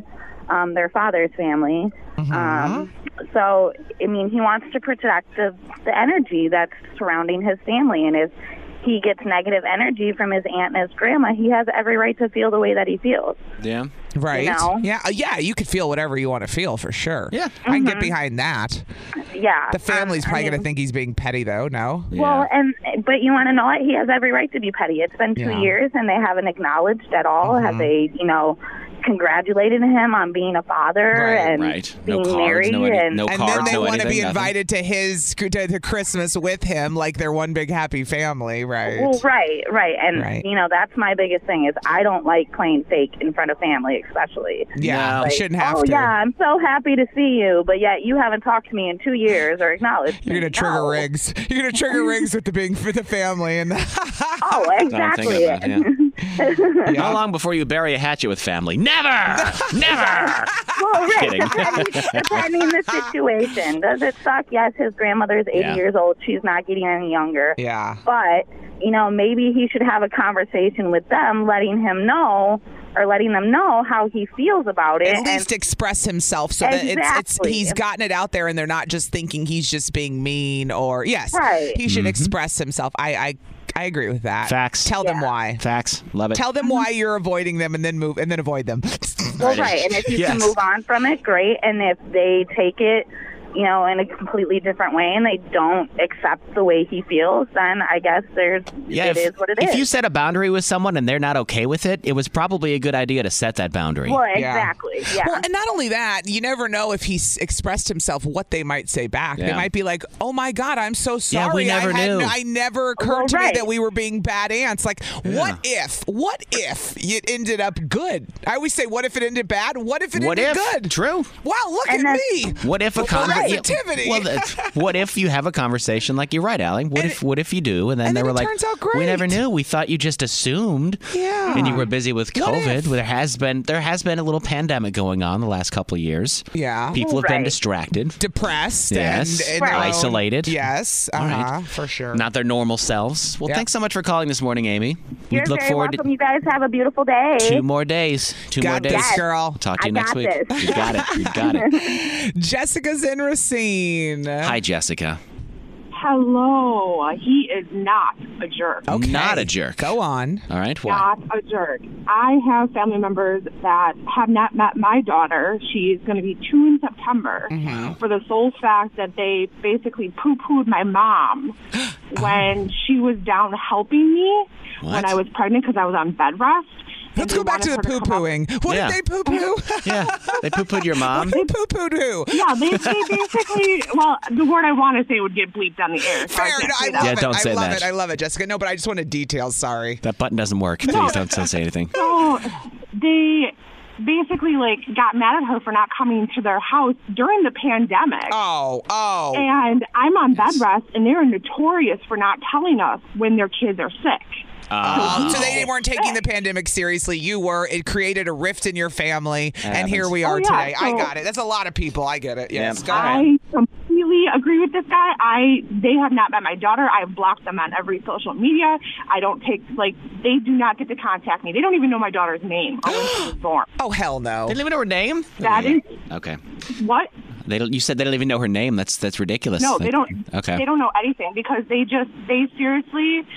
Speaker 8: um, their father's family.
Speaker 3: Mm-hmm.
Speaker 8: Um, so I mean, he wants to protect the, the energy that's surrounding his family, and if he gets negative energy from his aunt and his grandma, he has every right to feel the way that he feels.
Speaker 3: Yeah.
Speaker 2: Right.
Speaker 8: know?
Speaker 2: Yeah. uh, Yeah. You could feel whatever you want to feel for sure. Yeah. I can get behind that.
Speaker 8: Mm-hmm. Yeah,
Speaker 2: The family's
Speaker 8: Um, I
Speaker 2: probably going
Speaker 8: mean-
Speaker 2: to think he's being petty, though. No.
Speaker 8: Well, and but you want to know what? He has every right to be petty. It's been two
Speaker 2: Yeah.
Speaker 8: years, and they haven't acknowledged at all.
Speaker 3: Mm-hmm.
Speaker 8: Have they, you know, congratulated him on being a father and
Speaker 3: right. No
Speaker 8: being
Speaker 3: cards,
Speaker 8: married?
Speaker 3: no any-
Speaker 8: and
Speaker 3: no
Speaker 2: and
Speaker 3: cards,
Speaker 2: then they
Speaker 3: no
Speaker 2: want to be
Speaker 3: anything, nothing.
Speaker 2: invited to his to, to Christmas with him, like they're one big happy family, right?
Speaker 8: well, right, right, and
Speaker 2: Right.
Speaker 8: you know that's my biggest thing is I don't like playing fake in front of family, especially.
Speaker 2: Yeah,
Speaker 3: No.
Speaker 2: you
Speaker 8: Like,
Speaker 2: shouldn't have
Speaker 8: oh
Speaker 2: to.
Speaker 8: yeah, I'm so happy to see you, but yet you haven't talked to me in two years or acknowledged.
Speaker 2: You're
Speaker 8: me.
Speaker 2: gonna trigger
Speaker 8: No.
Speaker 2: rigs. You're gonna trigger rigs with the being for the family and
Speaker 8: Oh, exactly.
Speaker 3: about it, yeah.
Speaker 8: [laughs]
Speaker 3: How long before you bury a hatchet with family? Never! Never!
Speaker 8: [laughs] Well, right,
Speaker 3: Kidding.
Speaker 8: depending, depending the situation. Does it suck? Yes, his grandmother's 80
Speaker 3: Yeah.
Speaker 8: years old. She's not getting any younger.
Speaker 2: yeah.
Speaker 8: But, you know, maybe he should have a conversation with them, letting him know or letting them know how he feels about it.
Speaker 2: At
Speaker 8: and-
Speaker 2: least express himself so that it's, it's
Speaker 8: Exactly.
Speaker 2: he's gotten it out there and they're not just thinking he's just being mean or yes,
Speaker 8: Right.
Speaker 2: he should express himself. I, I I agree with that.
Speaker 3: Mm-hmm. Facts.
Speaker 2: Tell them why.
Speaker 3: Facts. Love it.
Speaker 2: Tell them why you're avoiding them and then move and then avoid them. [laughs]
Speaker 8: well, right. And if you can
Speaker 2: Yes.
Speaker 8: move on from it, great. And if they take it, you know, in a completely different way and they don't accept the way he feels, then I guess there's, it is
Speaker 3: if,
Speaker 8: what it is.
Speaker 3: if you set a boundary with someone and they're not okay with it, it was probably a good idea to set that boundary.
Speaker 8: well, exactly. Yeah.
Speaker 2: Well, and not only that, you never know if he's expressed himself what they might say back. They
Speaker 3: Yeah.
Speaker 2: might be like, "Oh my God, I'm so sorry.
Speaker 3: Yeah, we never
Speaker 2: I had-
Speaker 3: knew."
Speaker 2: I never occurred
Speaker 8: Well,
Speaker 2: to
Speaker 8: right.
Speaker 2: me that we were being bad aunts. Like, what if? What if it ended up good? I always say, "What if it ended bad? What if it
Speaker 3: What
Speaker 2: ended
Speaker 3: if?
Speaker 2: good?"
Speaker 3: True.
Speaker 2: Wow, look
Speaker 8: And
Speaker 2: at
Speaker 8: that's-
Speaker 2: me.
Speaker 3: What if a
Speaker 2: Well,
Speaker 3: conversation?
Speaker 2: positivity.
Speaker 3: Well, that's- what if you have a conversation like you're right, Allie? What if what if you do, and then
Speaker 2: and
Speaker 3: they
Speaker 2: then
Speaker 3: were
Speaker 2: it
Speaker 3: like,
Speaker 2: turns out
Speaker 3: "We never
Speaker 2: great."
Speaker 3: knew. We thought you just assumed."
Speaker 2: Yeah.
Speaker 3: And you were busy with
Speaker 2: What
Speaker 3: COVID.
Speaker 2: if?
Speaker 3: There has been there has been a little pandemic going on the last couple of years.
Speaker 2: Yeah.
Speaker 3: People have been
Speaker 8: Right.
Speaker 3: distracted.
Speaker 2: Depressed
Speaker 3: Yes.
Speaker 2: and, and
Speaker 8: Right.
Speaker 2: their own-
Speaker 3: Isolated.
Speaker 2: Yes, uh
Speaker 3: All right.
Speaker 2: for sure.
Speaker 3: Not their normal selves. Well,
Speaker 2: Yeah.
Speaker 3: thanks so much for calling this morning, Amy. We
Speaker 8: You're
Speaker 3: look
Speaker 8: very
Speaker 3: forward
Speaker 8: welcome. You guys have a beautiful day.
Speaker 3: to two more days. Two more
Speaker 2: Got
Speaker 3: days.
Speaker 2: this, girl.
Speaker 3: Talk to
Speaker 8: I
Speaker 3: you next
Speaker 8: got
Speaker 3: week.
Speaker 8: this.
Speaker 3: You got it. You got
Speaker 8: [laughs]
Speaker 3: it.
Speaker 2: Jessica's in Racine.
Speaker 3: Hi, Jessica.
Speaker 9: Hello. He is not a jerk.
Speaker 2: Okay.
Speaker 3: Not a jerk.
Speaker 2: Go on.
Speaker 3: All right. Why?
Speaker 9: Not a jerk. I have family members that have not met my daughter. She's going to be two in September
Speaker 3: Mm-hmm.
Speaker 9: for the sole fact that they basically poo pooed my
Speaker 3: [gasps]
Speaker 9: mom when she was down helping me
Speaker 3: What?
Speaker 9: when I was pregnant because I was on bed rest.
Speaker 2: Let's go back to the poo pooing. What
Speaker 3: Yeah.
Speaker 2: did they poo poo?
Speaker 3: [laughs] yeah, they poo pooed your mom.
Speaker 2: poo pooed who?
Speaker 9: [laughs] Yeah, they, they basically, well, the word I want to say would get bleeped on the air. So I
Speaker 2: Fair.
Speaker 9: can't
Speaker 2: I
Speaker 9: say
Speaker 2: love
Speaker 3: Yeah,
Speaker 2: it.
Speaker 3: don't
Speaker 2: I
Speaker 3: say
Speaker 2: love it.
Speaker 3: that.
Speaker 2: I love it, Jessica. No, but I just wanted details. Sorry.
Speaker 3: That button doesn't work. Please don't, don't say anything.
Speaker 9: So they basically like got mad at her for not coming to their house during the pandemic.
Speaker 2: Oh, oh.
Speaker 9: And I'm on bed rest, and they're notorious for not telling us when their kids are sick.
Speaker 2: Oh, so they weren't taking the pandemic seriously. You were. It created a rift in your family, and here
Speaker 9: happens.
Speaker 2: we are
Speaker 9: Oh, yeah,
Speaker 2: today. I
Speaker 9: so-
Speaker 2: got it. That's a lot of people. I get it. Yes, go ahead.
Speaker 9: I completely agree with this guy. I they have not met my daughter. I've blocked them on every social media. I don't take like they do not get to contact me. They don't even know my daughter's name or when she was born.
Speaker 2: Oh hell no!
Speaker 3: They don't even know her name.
Speaker 9: That is
Speaker 3: Okay.
Speaker 9: what
Speaker 3: They don't, you said they don't even know her name. That's that's ridiculous.
Speaker 9: No,
Speaker 3: Like,
Speaker 9: they don't.
Speaker 3: Okay.
Speaker 9: They don't know anything because they just they seriously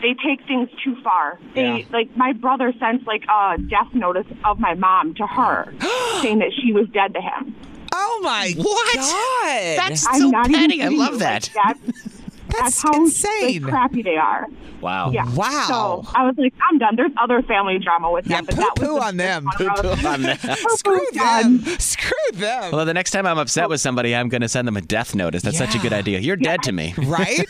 Speaker 9: they take things too far. They
Speaker 3: Yeah.
Speaker 9: like my brother sent like a death notice of my mom to
Speaker 3: [gasps]
Speaker 9: her, saying that she was dead to him.
Speaker 2: Oh my
Speaker 9: What?
Speaker 2: god!
Speaker 9: That's I'm so not even petty. I kidding love you.
Speaker 3: that. [laughs]
Speaker 9: That's, how insane. crappy they are.
Speaker 3: Wow.
Speaker 9: Yeah.
Speaker 2: Wow.
Speaker 9: So I was like, I'm done. There's other family drama with them. Yeah,
Speaker 2: poo on
Speaker 9: [laughs]
Speaker 2: them.
Speaker 3: Poo-poo on them.
Speaker 2: Screw them. Screw them.
Speaker 3: Well, the next time I'm upset with somebody, I'm going to send them a death notice. That's such a good idea. You're dead
Speaker 9: [laughs]
Speaker 3: to me.
Speaker 2: Right?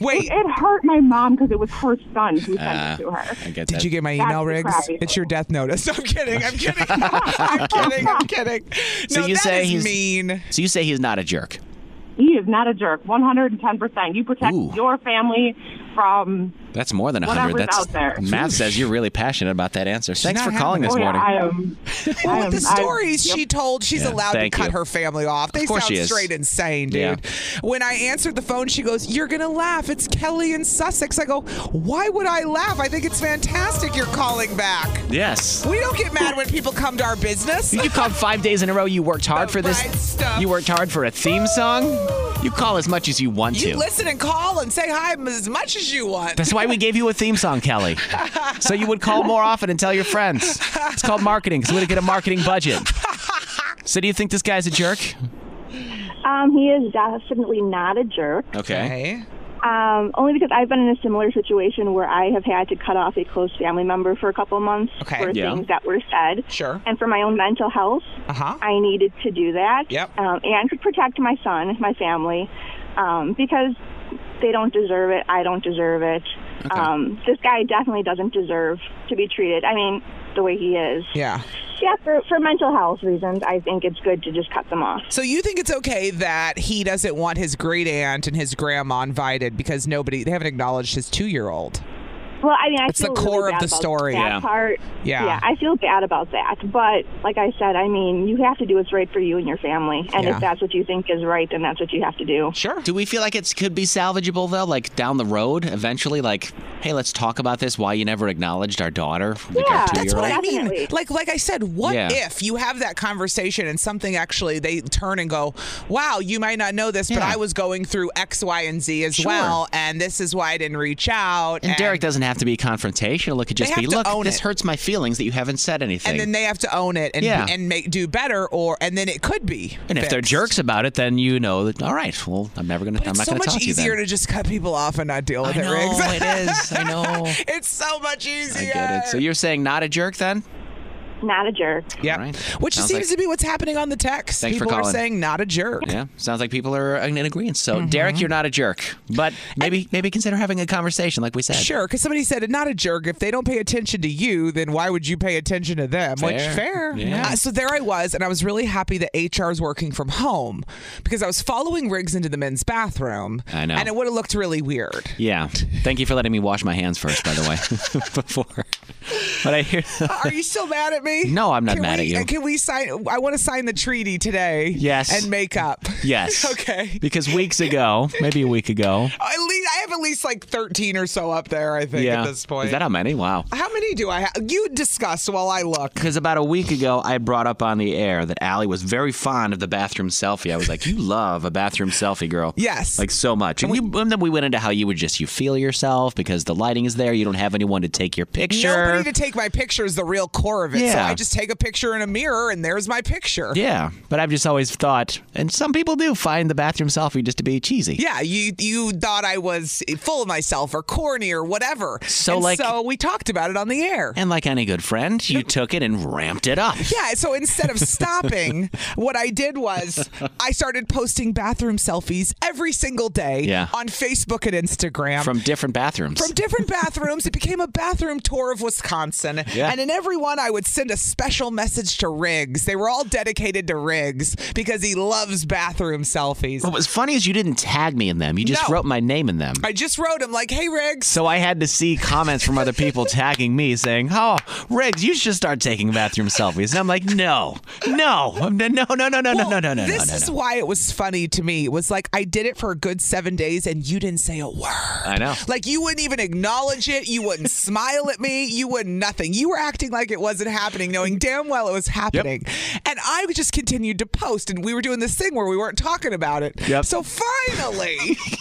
Speaker 2: Wait.
Speaker 9: It, hurt my mom because it was her son who sent
Speaker 3: Uh,
Speaker 9: it to her.
Speaker 3: I get
Speaker 2: Did
Speaker 3: that.
Speaker 2: you get my
Speaker 9: That's
Speaker 2: email,
Speaker 9: the
Speaker 2: Riggs?
Speaker 9: crappy
Speaker 2: It's your death notice. [laughs] I'm kidding.
Speaker 9: [laughs]
Speaker 2: I'm kidding. I'm kidding. I'm kidding.
Speaker 3: So
Speaker 2: no,
Speaker 3: you
Speaker 2: that
Speaker 3: say
Speaker 2: is
Speaker 3: he's
Speaker 2: mean.
Speaker 3: So you say he's not a jerk.
Speaker 9: He is not a jerk. 110%. You protect
Speaker 3: Ooh.
Speaker 9: your family from
Speaker 3: That's more than
Speaker 9: Whatever's
Speaker 3: 100. That's
Speaker 9: out there.
Speaker 3: Math says you're really passionate about that answer. Thanks
Speaker 2: not
Speaker 3: for calling
Speaker 2: having
Speaker 3: this
Speaker 2: it.
Speaker 3: morning.
Speaker 9: I am.
Speaker 2: [laughs] Well,
Speaker 9: I
Speaker 2: with the
Speaker 9: am- I-
Speaker 2: stories she told, she's
Speaker 3: Yeah,
Speaker 2: allowed to
Speaker 3: thank
Speaker 2: cut
Speaker 3: you.
Speaker 2: her family off. They
Speaker 3: Of course
Speaker 2: sound
Speaker 3: she is.
Speaker 2: straight insane, dude.
Speaker 3: Yeah.
Speaker 2: When I answered the phone, she goes, "You're gonna laugh. It's Kelly in Sussex." I go, "Why would I laugh? I think it's fantastic. You're calling back.
Speaker 3: Yes.
Speaker 2: We don't get mad when people come to our business.
Speaker 3: You called five days in a row. You worked hard for this. You worked hard for a theme song. You call as much as you want
Speaker 2: You
Speaker 3: to.
Speaker 2: listen and call and say hi as much as you want.
Speaker 3: That's why we gave you a theme song, Kelly. So you would call more often and tell your friends. It's called marketing because we're going to get a marketing budget. So do you think this guy's a jerk?
Speaker 7: Um, he is definitely not a jerk.
Speaker 3: Okay.
Speaker 7: Um, only because I've been in a similar situation where I have had to cut off a close family member for a couple months
Speaker 2: Okay.
Speaker 7: for
Speaker 2: Yeah.
Speaker 7: things that were said.
Speaker 2: Sure.
Speaker 7: And for my own mental health,
Speaker 2: Uh-huh.
Speaker 7: I needed to do that.
Speaker 2: Yep.
Speaker 7: Um, and to protect my son, my family, um, because they don't deserve it. I don't deserve it. Um, this guy definitely doesn't deserve to be treated. I mean, the way he is.
Speaker 2: Yeah.
Speaker 7: Yeah, for, for mental health reasons, I think it's good to just cut them off.
Speaker 2: So you think it's okay that he doesn't want his great aunt and his grandma invited because nobody they haven't acknowledged his two year old.
Speaker 7: Well, I mean, I
Speaker 2: It's the
Speaker 7: feel
Speaker 2: core
Speaker 7: really
Speaker 2: of
Speaker 7: bad
Speaker 2: the
Speaker 7: about
Speaker 2: story.
Speaker 7: That
Speaker 2: Yeah.
Speaker 7: part.
Speaker 2: Yeah.
Speaker 7: I feel bad about that. But like I said, I mean, you have to do what's right for you and your family. And
Speaker 3: Yeah.
Speaker 7: if that's what you think is right, then that's what you have to do.
Speaker 2: Sure.
Speaker 3: Do we feel like it could be salvageable though? Like down the road, eventually, like, hey, let's talk about this. Why you never acknowledged our daughter, like our two
Speaker 2: That's
Speaker 3: year
Speaker 2: what I
Speaker 3: old?
Speaker 2: mean. Like like I said, what
Speaker 3: Yeah.
Speaker 2: if you have that conversation and something actually they turn and go, Wow, you might not know this, but I was going through X, Y, and Z as
Speaker 3: Sure.
Speaker 2: well, and this is why I didn't reach out.
Speaker 3: And Derek doesn't have to be confrontational. It could
Speaker 2: They
Speaker 3: just
Speaker 2: have
Speaker 3: be,
Speaker 2: to
Speaker 3: look,
Speaker 2: own
Speaker 3: this
Speaker 2: it.
Speaker 3: hurts my feelings that you haven't said anything.
Speaker 2: and then they have to own it and
Speaker 3: Yeah.
Speaker 2: and make do better or and then it could be.
Speaker 3: And if they're
Speaker 2: fixed.
Speaker 3: jerks about it, then you know that. All right, well, I'm never gonna. I'm
Speaker 2: it's
Speaker 3: not
Speaker 2: so
Speaker 3: gonna
Speaker 2: much
Speaker 3: talk to you then.
Speaker 2: easier to just cut people off and not deal with
Speaker 3: I
Speaker 2: it, Riggs.
Speaker 3: know, it is. I know.
Speaker 2: [laughs] it's so much easier.
Speaker 3: I get it. So you're saying not a jerk then?
Speaker 7: Not a jerk.
Speaker 2: Yeah. Which
Speaker 3: Sounds
Speaker 2: seems
Speaker 3: like-
Speaker 2: to be what's happening on the text.
Speaker 3: Thanks for
Speaker 2: people are
Speaker 3: calling.
Speaker 2: saying not a jerk.
Speaker 3: Yeah. Sounds like people are in agreement. So
Speaker 2: Mm-hmm.
Speaker 3: Derek, you're not a jerk, but maybe maybe consider having a conversation, like we said.
Speaker 2: Sure, because somebody said not a jerk. If they don't pay attention to you, then why would you pay attention to them? Which
Speaker 3: Fair.
Speaker 2: fair.
Speaker 3: Yeah.
Speaker 2: Uh, so there I was, and I was really happy that HR is working from home because I was following Riggs into the men's bathroom.
Speaker 3: I know.
Speaker 2: And it would have looked really weird.
Speaker 3: Yeah. Thank you for letting me wash my hands first, by the way, [laughs] before. But
Speaker 2: [laughs]
Speaker 3: I hear.
Speaker 2: Uh, Are you still mad at me?
Speaker 3: [laughs] No, I'm not
Speaker 2: Can
Speaker 3: mad
Speaker 2: we-
Speaker 3: at you.
Speaker 2: Can we sign? I want to sign the treaty today.
Speaker 3: Yes.
Speaker 2: And make up.
Speaker 3: Yes.
Speaker 2: [laughs] okay.
Speaker 3: Because weeks ago, maybe a week ago.
Speaker 2: At least I have at least like 13 or so up there. I think
Speaker 3: yeah.
Speaker 2: at this point.
Speaker 3: Is that how many? Wow.
Speaker 2: How many do I have? You discuss while I look.
Speaker 3: Because about a week ago, I brought up on the air that Allie was very fond of the bathroom selfie. I was like, "You love a bathroom selfie, girl."
Speaker 2: Yes.
Speaker 3: like so much. And, you, and then we went into how you would just you feel yourself because the lighting is there. You don't have anyone to take your picture.
Speaker 2: Nobody to take my picture is the real core of it. So
Speaker 3: Yeah.
Speaker 2: I just take a picture in a mirror, and there's my picture.
Speaker 3: yeah, but I've just always thought, and some people do find the bathroom selfie just to be cheesy.
Speaker 2: Yeah, you you thought I was s- full of myself or corny or whatever.
Speaker 3: So,
Speaker 2: And
Speaker 3: like-
Speaker 2: so we talked about it on the air.
Speaker 3: And like any good friend, you took it and ramped it up.
Speaker 2: Yeah, so instead of
Speaker 3: [laughs]
Speaker 2: stopping, what I did was I started posting bathroom selfies every single day
Speaker 3: Yeah.
Speaker 2: on Facebook and Instagram.
Speaker 3: From different bathrooms.
Speaker 2: From different bathrooms, it became a bathroom tour of Wisconsin.
Speaker 3: Yeah.
Speaker 2: And in every one, I would send a special message to Riggs. They were all dedicated to Riggs because he loves bathroom selfies.
Speaker 3: what was funny is you didn't tag me in them. You just
Speaker 2: No.
Speaker 3: wrote my name in them.
Speaker 2: I just wrote him, like, hey, Riggs.
Speaker 3: So I had to see comments from other
Speaker 2: [laughs]
Speaker 3: people tagging me saying, "Oh, Riggs, you should start taking bathroom selfies." And I'm like, "No, no, I'm- no, no, no, no, no, no, no, no, no,
Speaker 2: this
Speaker 3: no."
Speaker 2: is why it was funny to me. It was like I did it for a good seven days and you didn't say a word.
Speaker 3: I know.
Speaker 2: Like you wouldn't even acknowledge it. You wouldn't [laughs] smile at me. You wouldn't nothing. You were acting like it wasn't happening, knowing damn well it was happening. And I just continued to post, and we were doing this thing where we weren't talking about it.
Speaker 3: Yep.
Speaker 2: So finally, finally,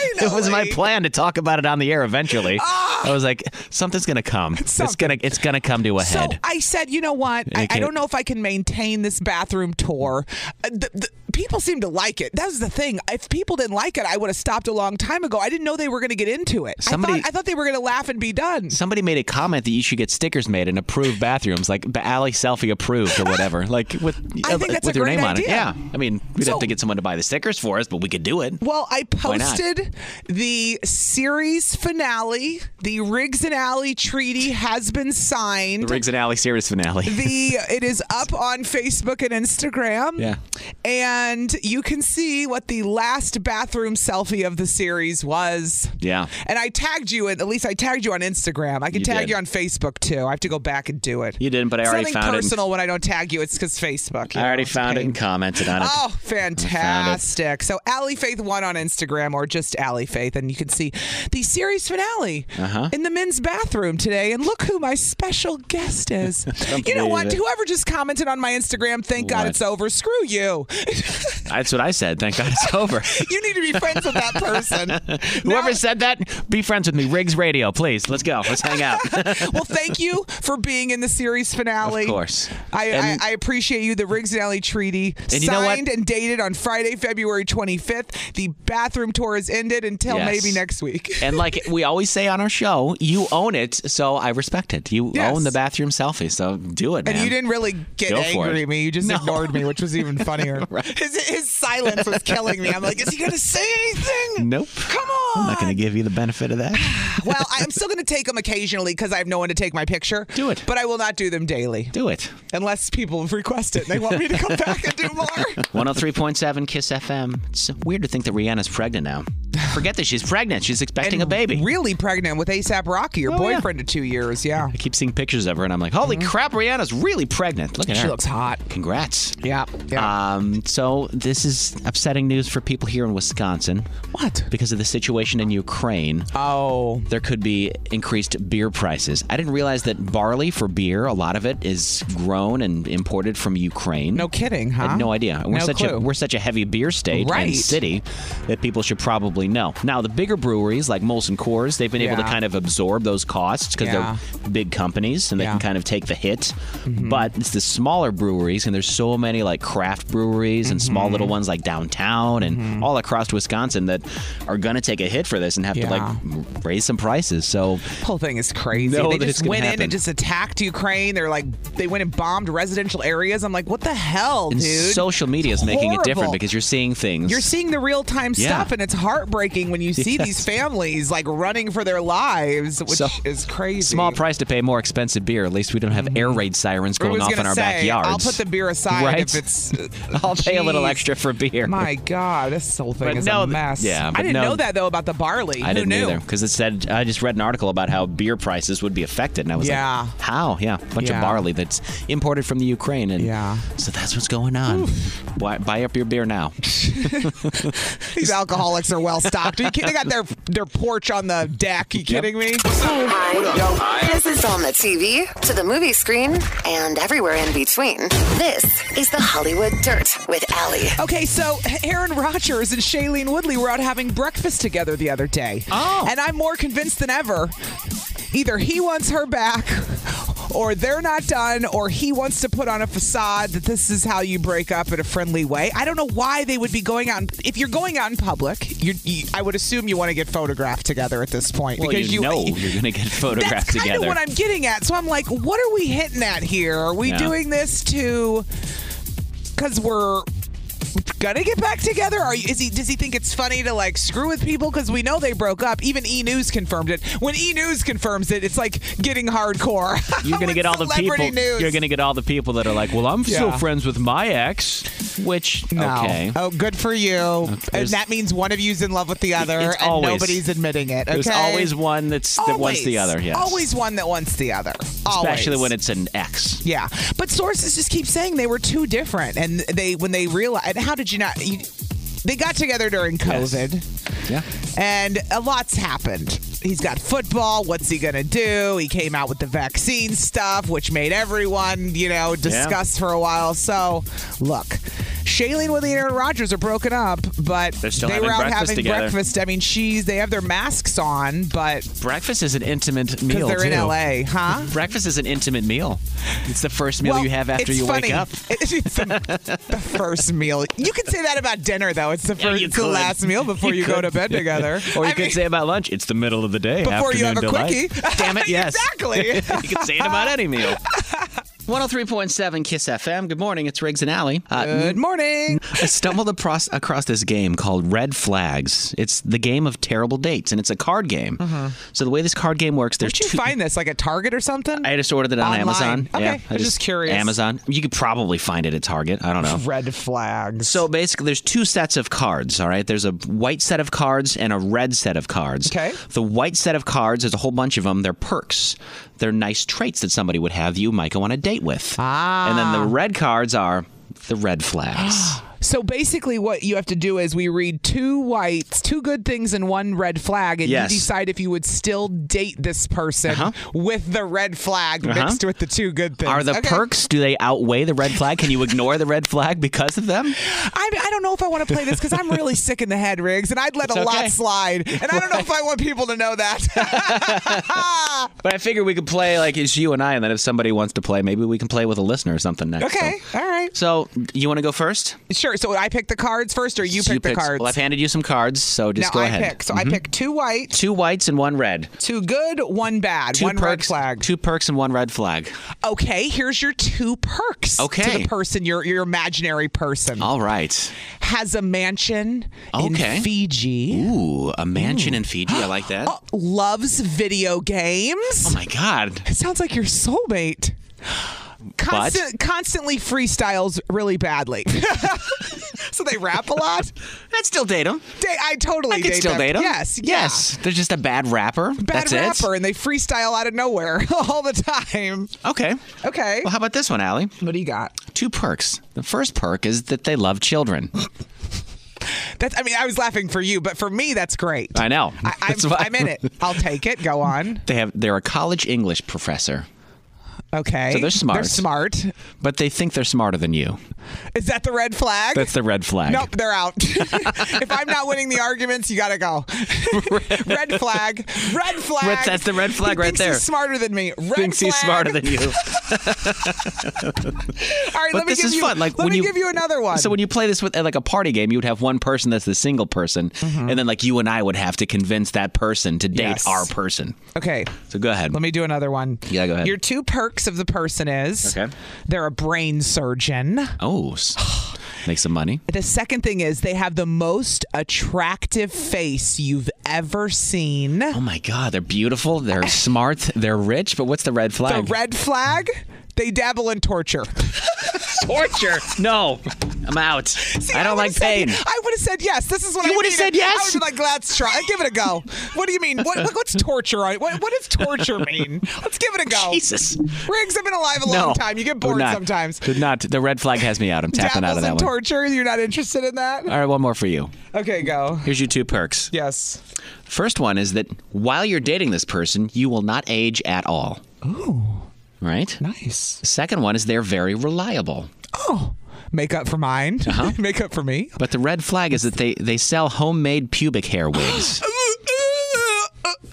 Speaker 3: [laughs] It was my plan to talk about it on the air eventually.
Speaker 2: Ah.
Speaker 3: I was like, "Something's gonna come. It's gonna, it's gonna come to a
Speaker 2: So
Speaker 3: head."
Speaker 2: I said, you know what?
Speaker 3: And
Speaker 2: I,
Speaker 3: it
Speaker 2: I
Speaker 3: came-
Speaker 2: don't know if I can maintain this bathroom tour. Uh, The, the, people seem to like it. That was the thing. If people didn't like it, I would have stopped a long time ago. I didn't know they were going to get into it. I,
Speaker 3: Somebody-
Speaker 2: thought, I thought they were going to laugh and be done.
Speaker 3: Somebody made a comment that you should get stickers made in approved bathrooms, like "Ba- alley selfie approved or whatever, [laughs] like with uh,
Speaker 2: I think that's
Speaker 3: with
Speaker 2: a
Speaker 3: your
Speaker 2: great
Speaker 3: name on it.
Speaker 2: idea.
Speaker 3: Yeah, I mean, we'd have to get someone to buy the stickers for us, but we could do it.
Speaker 2: Well, I
Speaker 3: Why not?
Speaker 2: posted the series finale. The Riggs and Alley treaty has been
Speaker 3: the
Speaker 2: signed.
Speaker 3: Riggs and Alley series finale.
Speaker 2: the it is up on Facebook and Instagram.
Speaker 3: Yeah.
Speaker 2: And you can see what the last bathroom selfie of the series was.
Speaker 3: yeah.
Speaker 2: And I tagged you, at least I tagged you on Instagram. I can
Speaker 3: Uh-huh. You
Speaker 2: tag
Speaker 3: did.
Speaker 2: you on Facebook too. I have to go back and do it.
Speaker 3: You didn't, but I
Speaker 2: it's
Speaker 3: already
Speaker 2: nothing
Speaker 3: found it.
Speaker 2: personal when I don't tag you. It's because Facebook. you
Speaker 3: I
Speaker 2: know,
Speaker 3: already
Speaker 2: it's a
Speaker 3: found it
Speaker 2: pain.
Speaker 3: and commented on it.
Speaker 2: Oh, fantastic. So Alley Faith one on Instagram or just Alley Faith, and you can see the series finale
Speaker 3: Uh-huh.
Speaker 2: in the men's bathroom today. And look who my special guest
Speaker 3: [laughs]
Speaker 2: is.
Speaker 3: Don't
Speaker 2: you know
Speaker 3: believe
Speaker 2: what?
Speaker 3: it.
Speaker 2: Whoever just commented on my Instagram, thank God
Speaker 3: What?
Speaker 2: it's over. Screw you.
Speaker 3: [laughs]
Speaker 2: [laughs]
Speaker 3: That's what I said. Thank God it's over.
Speaker 2: you need to be friends with that person.
Speaker 3: [laughs] Whoever said that, be friends with me. Riggs Radio, please. Let's go. Let's hang
Speaker 2: [laughs]
Speaker 3: out.
Speaker 2: well, thank you for being in the series finale.
Speaker 3: Of course.
Speaker 2: I,
Speaker 3: And-
Speaker 2: I, I appreciate you. The Riggs and Alley Treaty
Speaker 3: And
Speaker 2: signed
Speaker 3: you know what?
Speaker 2: and dated on Friday, February 25th. The bathroom tour is ended until
Speaker 3: Yes.
Speaker 2: maybe next week.
Speaker 3: and like we always say on our show, you own it, so I respect it. You
Speaker 2: Yes.
Speaker 3: own the bathroom selfie, so do it, man.
Speaker 2: And you didn't really get
Speaker 3: Go for
Speaker 2: angry
Speaker 3: it.
Speaker 2: at me. You just
Speaker 3: No.
Speaker 2: ignored me, which was
Speaker 3: [laughs]
Speaker 2: even funnier. his, his silence was killing me. I'm like, is he going to say anything?
Speaker 3: [laughs] Nope.
Speaker 2: Come on.
Speaker 3: I'm not going to give you the benefit of that.
Speaker 2: [sighs] well,
Speaker 3: [laughs]
Speaker 2: I'm still going to take them occasionally because I have no one to take my picture. Do it. But I will not do them daily.
Speaker 3: Do it.
Speaker 2: Unless people request it and they want me to come back and do more.
Speaker 3: [laughs] 103.7 Kiss FM. It's weird to think that Rihanna's pregnant now. Forget that she's pregnant. She's expecting a baby. Oh,
Speaker 2: Really pregnant with ASAP Rocky, your boyfriend of two years. Yeah.
Speaker 3: I keep seeing pictures of her, and I'm like, holy crap, Rihanna's really pregnant. Look at
Speaker 2: Mm-hmm. She
Speaker 3: her.
Speaker 2: looks hot.
Speaker 3: Congrats.
Speaker 2: Yeah.
Speaker 3: yeah. Um, so this is upsetting news for people here in Wisconsin.
Speaker 2: What?
Speaker 3: Because of the situation in Ukraine.
Speaker 2: Oh.
Speaker 3: There could be increased beer prices. I didn't realize that barley for beer, a lot of it is grown and imported from Ukraine. No
Speaker 2: kidding, huh?
Speaker 3: I had no idea. And We're
Speaker 2: No
Speaker 3: such a
Speaker 2: clue.
Speaker 3: we're such a heavy beer state
Speaker 2: Right.
Speaker 3: and city that people should probably know. Now the bigger breweries like Molson Coors, they've been able to
Speaker 2: Yeah.
Speaker 3: kind of absorb those costs because
Speaker 2: Yeah. Mm-hmm.
Speaker 3: they're big companies and they can kind of take the hit. But it's the smaller breweries, and there's so many like craft breweries and small
Speaker 2: Mm-hmm.
Speaker 3: little ones like downtown and all across Wisconsin that are going to take a hit for this and have to like raise some prices. So
Speaker 2: whole thing is crazy.
Speaker 3: No,
Speaker 2: they
Speaker 3: that it's
Speaker 2: just
Speaker 3: gonna
Speaker 2: went in
Speaker 3: happen.
Speaker 2: and just attacked Ukraine. They're like, they went and bombed residential areas. I'm like, what the hell,
Speaker 3: and
Speaker 2: dude?
Speaker 3: social media is
Speaker 2: It's
Speaker 3: making it different
Speaker 2: horrible.
Speaker 3: because you're seeing things.
Speaker 2: You're seeing the real time
Speaker 3: Yeah.
Speaker 2: stuff, and it's heartbreaking when you see
Speaker 3: Yes.
Speaker 2: these families like running for their lives, which
Speaker 3: So-
Speaker 2: is crazy. Mm-hmm.
Speaker 3: Small price to pay, more expensive beer. At least we don't have air raid sirens
Speaker 2: I
Speaker 3: going
Speaker 2: was
Speaker 3: off
Speaker 2: gonna
Speaker 3: in our
Speaker 2: say,
Speaker 3: backyards.
Speaker 2: I'll put the
Speaker 3: [laughs]
Speaker 2: beer aside
Speaker 3: Right?
Speaker 2: if
Speaker 3: [laughs]
Speaker 2: it's. uh,
Speaker 3: I'll pay a little
Speaker 2: Jeez.
Speaker 3: extra for beer.
Speaker 2: My God, this whole thing
Speaker 3: But
Speaker 2: is
Speaker 3: no,
Speaker 2: a mess.
Speaker 3: yeah,
Speaker 2: I
Speaker 3: but
Speaker 2: didn't
Speaker 3: no-
Speaker 2: know that though about the barley.
Speaker 3: I
Speaker 2: Who
Speaker 3: didn't
Speaker 2: knew?
Speaker 3: either because it said I just read an article about how beer prices would be affected, and I was
Speaker 2: Yeah.
Speaker 3: like, "How? Yeah, a bunch
Speaker 2: Yeah.
Speaker 3: of barley that's imported from the Ukraine, and yeah, so that's what's going on. Buy, buy up your beer
Speaker 2: [laughs]
Speaker 3: now.
Speaker 2: These alcoholics are well stocked. Are you kidding? They got their their porch on the deck. You kidding me?
Speaker 1: This is on the TV, to the movie screen, and everywhere in between. This is the Hollywood Dirt with Allie.
Speaker 2: Okay, so Aaron Rodgers and Shailene Woodley were out having breakfast together the other day. Oh. And I'm more convinced than ever. Either he wants her back or they're not done, or he wants to put on a facade that this is how you break up in a friendly way. I don't know why they would be going out. If you're going out in public, you're, you, I would assume you want to get photographed together at this point
Speaker 3: Well,
Speaker 2: because
Speaker 3: you,
Speaker 2: you, [laughs]
Speaker 3: know you're going to get photographed
Speaker 2: that's kind
Speaker 3: together.
Speaker 2: of what I'm getting at. So I'm like, what are we hitting at here? Are we
Speaker 3: Yeah.
Speaker 2: doing this to because we're gonna get back together? Are you, is he does he think it's funny to like screw with people because we know they broke up? Even E News confirmed it. When E News confirms it, it's like getting hardcore. [laughs]
Speaker 3: you're gonna
Speaker 2: with
Speaker 3: get all the
Speaker 2: celebrity
Speaker 3: people.
Speaker 2: News.
Speaker 3: You're gonna get all the people that are like, "Well, I'm still
Speaker 2: Yeah.
Speaker 3: friends with my ex," which
Speaker 2: No.
Speaker 3: okay, Uh,
Speaker 2: Oh, good for you. and
Speaker 3: there's-
Speaker 2: that means one of you's in love with the other,
Speaker 3: It's
Speaker 2: and
Speaker 3: always-
Speaker 2: nobody's admitting it. Okay.
Speaker 3: there's always one that's that wants the
Speaker 2: Always.
Speaker 3: other. Yes,
Speaker 2: Always one that wants the other.
Speaker 3: especially
Speaker 2: Always.
Speaker 3: when it's an ex.
Speaker 2: Yeah, but sources just keep saying they were too different, and they when they realized. How did you not? You, they got together during COVID.
Speaker 3: Yeah.
Speaker 2: And a lot's happened. He's got football. What's he going to do? He came out with the vaccine stuff, which made everyone, you know, discuss for a while. So, look, Shailene Woodley and Aaron Rodgers are broken up, but
Speaker 3: still
Speaker 2: they
Speaker 3: having
Speaker 2: were out
Speaker 3: breakfast
Speaker 2: having
Speaker 3: together.
Speaker 2: breakfast. I mean, she's they have their masks on, but
Speaker 3: Breakfast is an intimate meal.
Speaker 2: because they're in
Speaker 3: too.
Speaker 2: LA, huh?
Speaker 3: Breakfast is an intimate meal. It's the first meal
Speaker 2: Well,
Speaker 3: you have after
Speaker 2: it's
Speaker 3: you
Speaker 2: funny.
Speaker 3: wake up.
Speaker 2: [laughs] It's the, the first meal. You can say that about dinner, though. It's the
Speaker 3: Yeah,
Speaker 2: first,
Speaker 3: [laughs] you
Speaker 2: it's the
Speaker 3: could.
Speaker 2: last meal before you, go
Speaker 3: could.
Speaker 2: to bed together.
Speaker 3: [laughs] or you could say about lunch, it's the middle of the day.
Speaker 2: Before you have
Speaker 3: afternoon
Speaker 2: a
Speaker 3: delight.
Speaker 2: quickie.
Speaker 3: Damn
Speaker 2: [laughs]
Speaker 3: it, yes.
Speaker 2: Exactly.
Speaker 3: [laughs] you could say it about
Speaker 2: [laughs]
Speaker 3: any meal. 103.7 Kiss FM. Good morning. It's Riggs and Alley. Uh,
Speaker 2: Good morning.
Speaker 3: I stumbled across, across this game called Red Flags. It's the game of terrible dates, and it's a card game.
Speaker 2: Mhm.
Speaker 3: So the way this card game works, there's
Speaker 2: Did you
Speaker 3: two.
Speaker 2: find this like at Target or something?
Speaker 3: I just ordered it on
Speaker 2: Online.
Speaker 3: Amazon.
Speaker 2: Okay,
Speaker 3: yeah,
Speaker 2: I was just curious.
Speaker 3: Amazon. You could probably find it at Target. I don't know.
Speaker 2: Red flags.
Speaker 3: So basically, there's two sets of cards. All right, there's a white set of cards and a red set of cards. Okay. The white set of cards, there's a whole bunch of them. They're perks. They're nice traits that somebody would have you might go on a date with. Ah. And then the red cards are the
Speaker 2: [gasps]
Speaker 3: red flags.
Speaker 2: So basically, what you have to do is we read two whites, two good things, and one red flag, and
Speaker 3: Yes.
Speaker 2: you decide if you would still date this person with the red flag
Speaker 3: Uh-huh.
Speaker 2: mixed with the two good things.
Speaker 3: Are the
Speaker 2: Okay.
Speaker 3: perks? Do they outweigh the red flag? Can you ignore the red flag because of them?
Speaker 2: I, I don't know if I want to play this because I'm really sick in the head, Riggs, and I'd let
Speaker 3: It's
Speaker 2: a
Speaker 3: okay.
Speaker 2: lot slide. And I don't know if I want people to know that. [laughs]
Speaker 3: But I figure we could play like it's you and I, and then if somebody wants to play, maybe we can play with a listener or something next.
Speaker 2: okay, all right.
Speaker 3: So, so you want to go first?
Speaker 2: Sure. So I pick the cards first, or you pick the
Speaker 3: picked-
Speaker 2: cards?
Speaker 3: Well, I've handed you some cards, so just
Speaker 2: no,
Speaker 3: go
Speaker 2: I
Speaker 3: ahead.
Speaker 2: pick. So
Speaker 3: Mhm.
Speaker 2: I pick two white,
Speaker 3: Two whites and one red.
Speaker 2: two good, one bad,
Speaker 3: Two
Speaker 2: one red
Speaker 3: perks,
Speaker 2: flag.
Speaker 3: Two perks and one red flag.
Speaker 2: Okay, here's your two perks. To
Speaker 3: Okay.
Speaker 2: the person, your your imaginary person.
Speaker 3: All right.
Speaker 2: Has a mansion. in
Speaker 3: Okay.
Speaker 2: Fiji.
Speaker 3: Ooh, a mansion in Fiji. I
Speaker 2: [gasps]
Speaker 3: like that. Oh,
Speaker 2: loves video games. Oh
Speaker 3: my God.
Speaker 2: It sounds like your soulmate. Constant, constantly freestyles really badly. [laughs] so they rap a lot.
Speaker 3: I'd still date them.
Speaker 2: I totally
Speaker 3: I could still
Speaker 2: them.
Speaker 3: date them.
Speaker 2: Yes, yeah.
Speaker 3: Yes. They're just a bad rapper.
Speaker 2: Bad
Speaker 3: That's
Speaker 2: rapper, and they freestyle out of nowhere [laughs] all the time.
Speaker 3: it. Okay.
Speaker 2: Okay.
Speaker 3: Well, how about this one, Allie?
Speaker 2: What do you got?
Speaker 3: Two perks. The first perk is that they
Speaker 2: [laughs]
Speaker 3: love children.
Speaker 2: That's. I mean, I was laughing for you, but for me, that's great.
Speaker 3: I know.
Speaker 2: I, I'm,
Speaker 3: That's why-
Speaker 2: I'm in it. I'll take it. Go on.
Speaker 3: They have. They're a college English professor.
Speaker 2: Okay.
Speaker 3: [laughs] So they're smart.
Speaker 2: They're smart.
Speaker 3: But they think they're smarter than you.
Speaker 2: Is that the red flag?
Speaker 3: That's the red flag.
Speaker 2: Nope, they're out. [laughs] if I'm not winning the arguments, you got to
Speaker 3: [laughs]
Speaker 2: go. red flag. Red flag.
Speaker 3: Red- that's the red
Speaker 2: He
Speaker 3: flag right
Speaker 2: thinks
Speaker 3: there.
Speaker 2: He's smarter than me. Red
Speaker 3: Thinks
Speaker 2: flag.
Speaker 3: he's smarter
Speaker 2: [laughs]
Speaker 3: than you.
Speaker 2: All right,
Speaker 3: but
Speaker 2: let me
Speaker 3: this
Speaker 2: give
Speaker 3: is
Speaker 2: you
Speaker 3: fun. Like
Speaker 2: let
Speaker 3: when
Speaker 2: me
Speaker 3: you
Speaker 2: give you another one.
Speaker 3: So when you play this with at, like a party game, you would have one person that's the single person, and then like you and I would have to convince that person to date
Speaker 2: Mm-hmm. Yes.
Speaker 3: our person.
Speaker 2: okay.
Speaker 3: So go ahead. Let
Speaker 2: me do another one.
Speaker 3: Yeah, go ahead.
Speaker 2: Your two perks of the person is
Speaker 3: Okay.
Speaker 2: they're a brain surgeon. [sighs]
Speaker 3: oh, s- make some money.
Speaker 2: The second thing is they have the most attractive face you've ever seen.
Speaker 3: Oh my God, they're beautiful.
Speaker 2: [laughs]
Speaker 3: They're smart. They're rich. But what's the red
Speaker 2: The
Speaker 3: flag?
Speaker 2: red flag, they dabble in torture.
Speaker 3: torture. [laughs] No, I'm out. I don't like pain.
Speaker 2: I would have said yes. This is what
Speaker 10: You
Speaker 2: I
Speaker 10: would have
Speaker 2: mean.
Speaker 10: said
Speaker 2: I
Speaker 10: yes?
Speaker 2: would be like, let's try. Give it a go. What do you mean? What, what- what's torture? on- What, what does torture mean? Let's give it a go.
Speaker 3: Jesus.
Speaker 2: Riggs, I've been alive a
Speaker 3: no,
Speaker 2: long time. You get
Speaker 3: We're
Speaker 2: bored
Speaker 3: not,
Speaker 2: sometimes.
Speaker 3: We're Not the red flag has me out. I'm tapping out of
Speaker 2: Dabbles
Speaker 3: that
Speaker 2: in
Speaker 3: one.
Speaker 2: torture. You're not interested in that?
Speaker 3: All right, one more for you.
Speaker 2: Okay, go.
Speaker 3: Here's your two perks.
Speaker 2: Yes.
Speaker 3: First one is that while you're dating this person, you will not age at all.
Speaker 2: Ooh.
Speaker 3: Right?
Speaker 2: Nice.
Speaker 3: Second one is they're very reliable.
Speaker 2: Oh. Make up for mine.
Speaker 3: Uh-huh.
Speaker 2: [laughs] Make up for me. [gasps]
Speaker 3: But the red flag is that they, they sell homemade pubic hair wigs.
Speaker 2: Uh,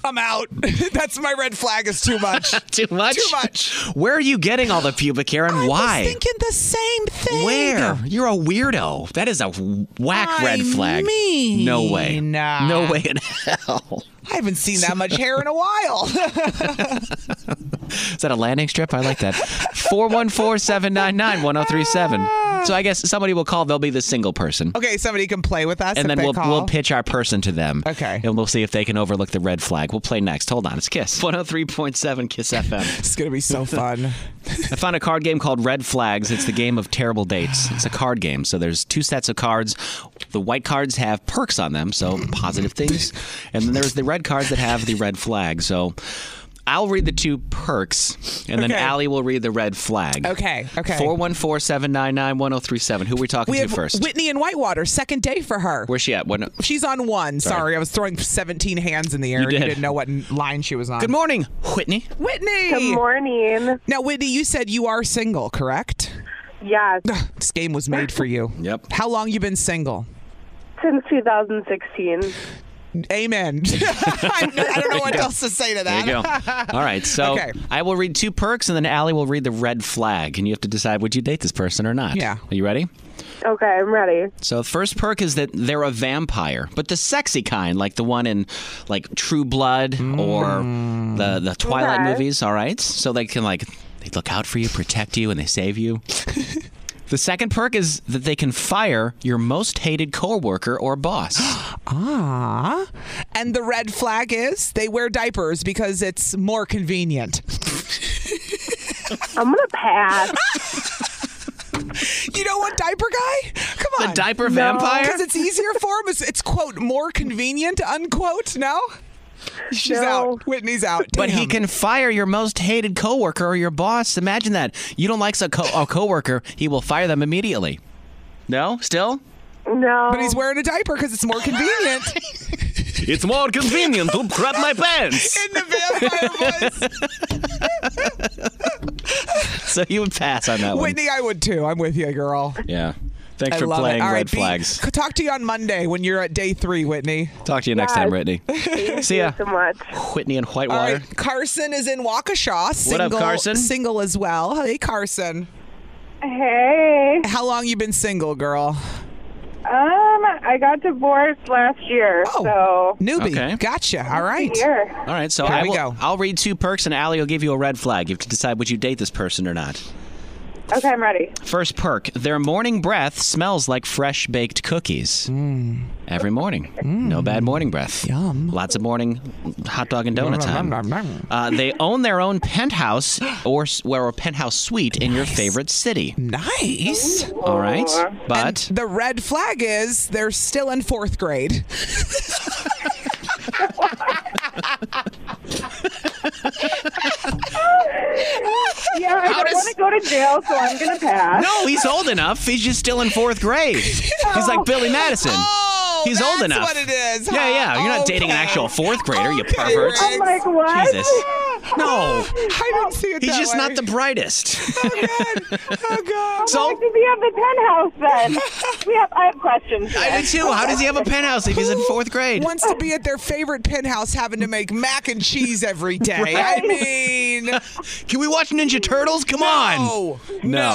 Speaker 2: I'm out. [laughs] That's my red flag is too
Speaker 3: [laughs]
Speaker 2: much.
Speaker 3: too much?
Speaker 2: Too much.
Speaker 3: Where are you getting all the pubic hair and why?
Speaker 2: Thinking the same thing.
Speaker 3: Where? You're a weirdo. That is a whack red flag.
Speaker 2: mean,
Speaker 3: no way. No way [laughs] in hell.
Speaker 2: I haven't seen that much hair in a while. [laughs]
Speaker 3: Is that a landing strip? I like that. 414 799 1037. So I guess somebody will call. They'll be the single person.
Speaker 2: okay, somebody can play with us. if
Speaker 3: And then
Speaker 2: they
Speaker 3: we'll,
Speaker 2: call.
Speaker 3: we'll pitch our person to them. Okay. And we'll see if they can overlook the red flag. We'll play next. Hold on. It's Kiss. 103.7 Kiss FM.
Speaker 2: it's going to be
Speaker 3: [laughs]
Speaker 2: so fun.
Speaker 3: I found a card game called Red Flags. It's the game of terrible dates. It's a card game. So there's two sets of cards. The white cards have perks on them, so positive things. And then there's the red cards that have the red flag. So I'll read the two perks, and then
Speaker 2: Okay.
Speaker 3: Allie will read the red flag.
Speaker 2: Okay, okay.
Speaker 3: 414 799 1037. Who are we talking
Speaker 2: we
Speaker 3: to
Speaker 2: have
Speaker 3: first?
Speaker 2: Whitney in Whitewater, second day for her.
Speaker 3: Where's she at? When-
Speaker 2: She's on one.
Speaker 3: Sorry.
Speaker 2: Sorry. I was throwing 17 hands in the air.
Speaker 3: You
Speaker 2: and You
Speaker 3: did.
Speaker 2: didn't know what n- line she was on.
Speaker 3: Good morning, Whitney.
Speaker 2: Whitney.
Speaker 10: Good morning.
Speaker 2: Now, Whitney, you said you are single, correct? [sighs]
Speaker 10: Yes.
Speaker 2: This game was made for you.
Speaker 3: Yep.
Speaker 2: How long you been single?
Speaker 10: Since 2016.
Speaker 2: Amen. [laughs] I I don't know what
Speaker 3: There you go.
Speaker 2: else to say to that.
Speaker 3: There you go. All right, so
Speaker 2: Okay.
Speaker 3: I will read two perks, and then Allie will read the red flag, and you have to decide would you date this person or not. Yeah. Are you ready?
Speaker 10: Okay, I'm ready.
Speaker 3: So the first perk is that they're a vampire, but the sexy kind, like the one in like True Blood or the the Twilight
Speaker 10: Okay.
Speaker 3: movies. All right, so they can like they look out for you, protect you, and they save you. the second perk is that they can fire your most hated coworker or boss.
Speaker 2: Ah. And the red flag is they wear diapers because it's more convenient.
Speaker 10: [gasps] I'm gonna pass.
Speaker 2: You know what, diaper guy? Come
Speaker 3: The
Speaker 2: on.
Speaker 3: diaper No. vampire?
Speaker 2: Because it's easier for him. It's, it's, quote, more convenient, unquote. No? She's out. Whitney's out.
Speaker 3: But he
Speaker 2: Damn.
Speaker 3: can fire your most hated coworker or your boss. Imagine that. You don't like a, co- a coworker, he will fire them immediately. No, still?
Speaker 10: No.
Speaker 2: But he's wearing a diaper because it's more convenient.
Speaker 3: [laughs] It's more convenient to crap my pants.
Speaker 2: In the vampire voice.
Speaker 3: [laughs] So you would pass on that
Speaker 2: Whitney, I would too. I'm with you, girl.
Speaker 3: one. Yeah. Thanks
Speaker 2: I
Speaker 3: for
Speaker 2: love it.
Speaker 3: playing
Speaker 2: All
Speaker 3: Red
Speaker 2: right, be-
Speaker 3: Flags.
Speaker 2: Talk to you on Monday when you're at day three, Whitney.
Speaker 3: Talk to you next time,
Speaker 10: [laughs]
Speaker 3: Whitney. See ya.
Speaker 10: so much.
Speaker 3: Whitney and
Speaker 2: All
Speaker 3: Whitewater.
Speaker 2: right, Carson is in Waukesha.
Speaker 3: What
Speaker 2: Single,
Speaker 3: up, Carson?
Speaker 2: Single as well. Hey, Carson.
Speaker 10: Hey.
Speaker 2: How long you been single, girl?
Speaker 10: Um, I got divorced last year, so
Speaker 3: Oh.
Speaker 2: Oh, Newbie. Gotcha. All right.
Speaker 10: Here.
Speaker 3: All right, so
Speaker 2: Here
Speaker 3: I
Speaker 2: we
Speaker 3: will,
Speaker 2: go.
Speaker 3: I'll read two perks and Allie will give you a red flag. You have to decide would you date this person or not.
Speaker 10: Okay, I'm ready.
Speaker 3: First perk their morning breath smells like fresh baked cookies.
Speaker 2: Hmm.
Speaker 3: Every morning. No bad morning breath. Yum. Lots of morning hot dog and donut time. Uh,
Speaker 2: [gasps]
Speaker 3: they own their own penthouse or, s- or a penthouse suite in your favorite city.
Speaker 2: Nice.
Speaker 3: All right. But
Speaker 2: The red flag is they're still in fourth grade.
Speaker 10: Yeah, I don't want to go to jail, so I'm gonna pass.
Speaker 3: no, he's old enough. He's just still in
Speaker 10: [laughs]
Speaker 3: fourth grade. He's like
Speaker 10: Oh.
Speaker 3: Billy Madison. he's old
Speaker 2: Oh, that's
Speaker 3: enough.
Speaker 2: what it is,
Speaker 3: Yeah,
Speaker 2: huh?
Speaker 3: yeah. You're not dating an
Speaker 2: Okay.
Speaker 3: actual fourth grader, you pervert.
Speaker 10: I'm like, what? [laughs]
Speaker 3: Jesus. No.
Speaker 2: [laughs] I didn't see it.
Speaker 3: He's
Speaker 2: that
Speaker 3: just
Speaker 2: way. Oh,
Speaker 3: not the brightest. [laughs]
Speaker 10: How
Speaker 3: So-
Speaker 10: does he have the penthouse
Speaker 3: [laughs]
Speaker 10: then? we have. I have questions. here.
Speaker 3: I do too. How does he have a penthouse if he's in fourth grade?
Speaker 2: Wants to be at their favorite penthouse having to make mac and cheese every day. I mean,
Speaker 3: [laughs] Can we watch Ninja Turtles? Come
Speaker 2: no.
Speaker 3: on.
Speaker 2: No.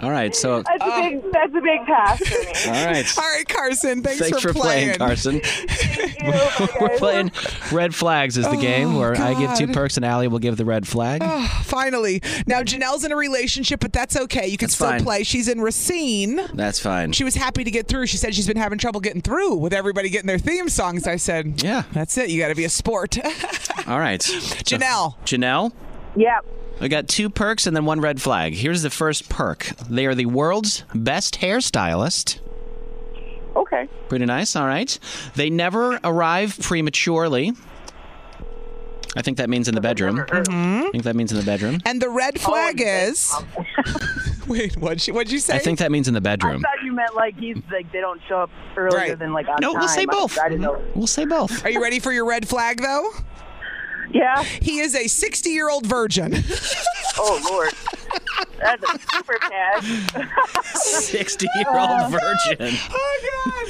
Speaker 3: All right. So.
Speaker 10: That's a big. That's a big pass for me.
Speaker 3: All right.
Speaker 2: All right, Carson. Thanks,
Speaker 3: Thanks for playing, Carson. We're playing
Speaker 2: [laughs]
Speaker 3: [laughs] Red Flags is the game where I
Speaker 2: Oh,
Speaker 3: give two
Speaker 2: God. Oh.
Speaker 3: perks and Allie will give the red flag.
Speaker 2: Finally. Now, Janelle's in a relationship, but that's okay. You can
Speaker 3: That's
Speaker 2: still
Speaker 3: fine.
Speaker 2: play. She's in Racine.
Speaker 3: That's fine.
Speaker 2: She was happy to get through. She said she's been having trouble getting through with everybody getting their theme songs. I said,
Speaker 3: Yeah.
Speaker 2: That's it. You got to be a sport. [laughs]
Speaker 3: All right. So,
Speaker 2: Janelle.
Speaker 3: Janelle,
Speaker 10: Yep.
Speaker 3: I got two perks and then one red flag. Here's the first perk. They are the world's best hairstylist.
Speaker 10: Okay.
Speaker 3: Pretty nice. All right. They never arrive prematurely. I think that means in the bedroom.
Speaker 2: Mm-hmm.
Speaker 3: I think that means in the bedroom.
Speaker 2: and the
Speaker 10: Oh,
Speaker 2: red flag
Speaker 10: [laughs]
Speaker 2: is. Wait, what'd, she, what'd you say?
Speaker 3: I think that means in the
Speaker 4: I
Speaker 3: bedroom.
Speaker 4: thought you meant like he's like they don't show up earlier
Speaker 2: Right.
Speaker 4: than like on
Speaker 3: No,
Speaker 4: time.
Speaker 3: we'll say
Speaker 4: I-
Speaker 3: both.
Speaker 4: I didn't know.
Speaker 3: We'll say both.
Speaker 2: Are you ready for your red flag, though?
Speaker 4: [laughs] Yeah.
Speaker 2: He is a 60 year old virgin.
Speaker 3: [laughs]
Speaker 4: Oh Lord. That's a super pass.
Speaker 3: 60 year
Speaker 4: [laughs]
Speaker 3: old virgin.
Speaker 2: oh, God.
Speaker 3: [laughs]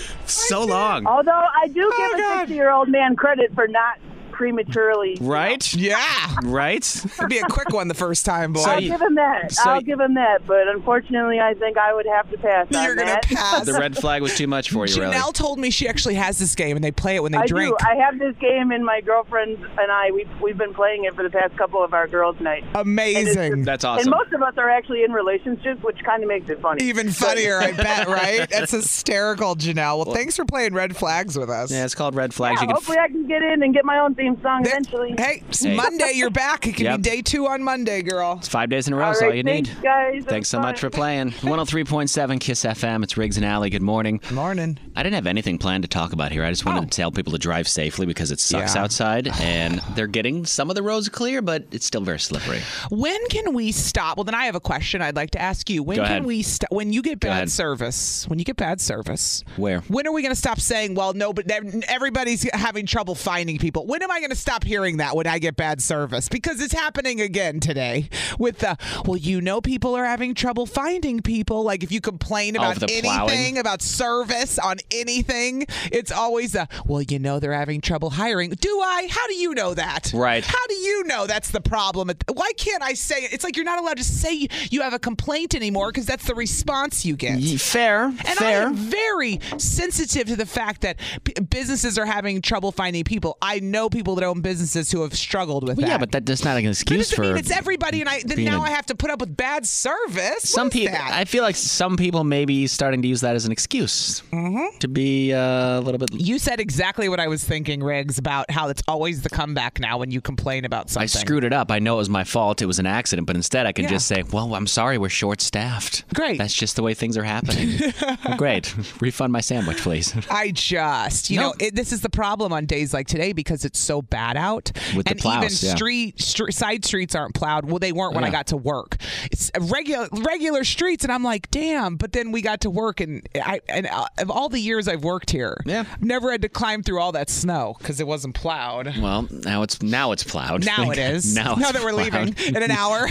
Speaker 2: Oh,
Speaker 3: So long.
Speaker 4: Although I do give a
Speaker 2: God.
Speaker 4: sixty-year-old man credit for not
Speaker 10: prematurely.
Speaker 3: Right?
Speaker 2: Yeah.
Speaker 3: Right?
Speaker 2: It'd be a quick one the first time, boy.
Speaker 10: I'll give him that.
Speaker 3: so
Speaker 10: I'll
Speaker 3: you-
Speaker 10: give him that. But unfortunately, I think I would have to pass. You're gonna
Speaker 2: pass.
Speaker 3: the red flag was too much
Speaker 2: [laughs]
Speaker 3: for you, really.
Speaker 2: Janelle told me she actually has this game and they play it when they
Speaker 10: I
Speaker 2: drink.
Speaker 10: do. I have this game, and my girlfriend and I we've we've been playing it for the past couple of our girls' nights.
Speaker 2: Amazing.
Speaker 3: That's
Speaker 10: And most of us are actually in relationships, which kind of makes it funny.
Speaker 2: Even funnier, I bet,
Speaker 3: [laughs]
Speaker 2: right? That's hysterical, Janelle. Well, thanks for playing Red Flags with us.
Speaker 3: Yeah, it's called red flags.
Speaker 10: Yeah,
Speaker 3: you can
Speaker 10: hopefully, I can get in and get my own theme song eventually.
Speaker 2: Hey, it's Monday, you're back. It can
Speaker 3: Yep.
Speaker 2: be day two on Monday, girl.
Speaker 3: It's five days in a row is
Speaker 2: All
Speaker 3: all
Speaker 2: right,
Speaker 3: you
Speaker 2: thanks,
Speaker 3: need.
Speaker 2: guys. It
Speaker 3: Thanks
Speaker 2: was
Speaker 3: so much for playing. 103.7 Kiss FM. It's Riggs and Alley. Good morning.
Speaker 2: Morning.
Speaker 3: I didn't have anything planned to talk about here. I just
Speaker 10: Oh.
Speaker 3: wanted to tell people to drive safely because it sucks
Speaker 2: Yeah. [sighs]
Speaker 3: outside and they're getting some of the roads clear, but it's still very slippery.
Speaker 2: When can we stop? Well, then I have a question I'd like to ask you. When
Speaker 3: Go
Speaker 2: can
Speaker 3: ahead.
Speaker 2: we stop? When you get
Speaker 3: ahead.
Speaker 2: bad service, when you get bad service,
Speaker 3: Where?
Speaker 2: when are we going to stop saying, well, no, but then everybody's having trouble finding people? When am I going to stop hearing that when I get bad service? Because it's happening again today with the, well, you know, people are having trouble finding people. Like if you complain
Speaker 3: Oh,
Speaker 2: about
Speaker 3: the
Speaker 2: anything
Speaker 3: plowing.
Speaker 2: about service on anything, it's always a, well, you know, they're having trouble hiring. Do I? How do you know that?
Speaker 3: Right.
Speaker 2: How do you know that's the problem? At- Why can't I say it? It's like you're not allowed to say you have a complaint anymore because that's the response you get.
Speaker 3: fair.
Speaker 2: And I
Speaker 3: fair.
Speaker 2: am very sensitive to the fact that p- businesses are having trouble finding people. I know people that own businesses who have struggled with
Speaker 3: Well,
Speaker 2: that.
Speaker 3: yeah, but that, that's not an excuse for.
Speaker 2: I mean, it's everybody, and I then
Speaker 3: being
Speaker 2: now
Speaker 3: a-
Speaker 2: I have to put up with bad service.
Speaker 3: some people. I feel like some people may be starting to use that as an excuse
Speaker 2: Mm-hmm.
Speaker 3: to be uh, a little bit.
Speaker 2: You said exactly what I was thinking, Riggs, about how it's always the comeback now when you complain about something.
Speaker 3: I screwed it up. I know it was my fault. It was an accident. But instead, I can
Speaker 2: Yeah.
Speaker 3: just say, "Well, I'm sorry. We're short-staffed.
Speaker 2: Great.
Speaker 3: That's just the way things are happening.
Speaker 2: [laughs]
Speaker 3: Well, Great. [laughs] Refund my sandwich, please. [laughs]
Speaker 2: I just, you know, it, this is the problem on days like today because it's so bad out,
Speaker 3: With the
Speaker 2: and
Speaker 3: plows,
Speaker 2: even
Speaker 3: yeah.
Speaker 2: street, stre- side streets aren't plowed. Well, they weren't when I
Speaker 3: Yeah.
Speaker 2: got to work. It's regular regular streets, and I'm like, damn. But then we got to work, and I and uh, of all the years I've worked here, yeah, never had to climb through all that snow because it wasn't plowed.
Speaker 3: Well, now it's now it's plowed.
Speaker 2: Now
Speaker 3: [laughs] Thank-
Speaker 2: it is.
Speaker 3: Now, it's
Speaker 2: that we're leaving
Speaker 3: plowed.
Speaker 2: in an hour.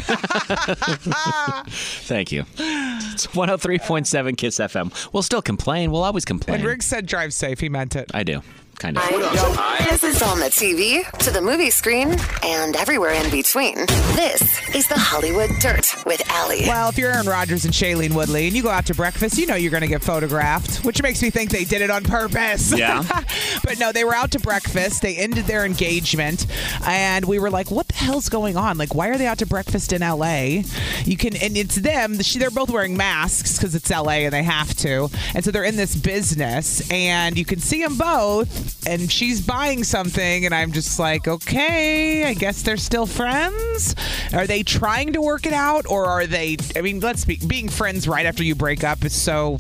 Speaker 2: [laughs]
Speaker 3: [laughs] Thank you. It's 103.7 Kiss FM. We'll still complain. We'll always
Speaker 2: and
Speaker 3: complain.
Speaker 2: Riggs said, "Drive safe." He meant it.
Speaker 3: I do. Kind of.
Speaker 1: This is on the TV, to the movie screen, and everywhere in between. This is the Hollywood Dirt with Allie.
Speaker 2: Well, if you're Aaron Rodgers and Shailene Woodley and you go out to breakfast, you know you're going to get photographed, which makes me think they did it on purpose.
Speaker 3: Yeah.
Speaker 2: [laughs] but no, they were out to breakfast. They ended their engagement, and we were like, "What the hell's going on? Like, why are they out to breakfast in L.A.?" You can, and it's them. She, they're both wearing masks because it's L.A. and they have to, and so they're in this business, and you can see them both. And she's buying something, and I'm just like, "Okay, I guess they're still friends." Are they trying to work it out, or are they? I mean, let's be being friends right after you break up is so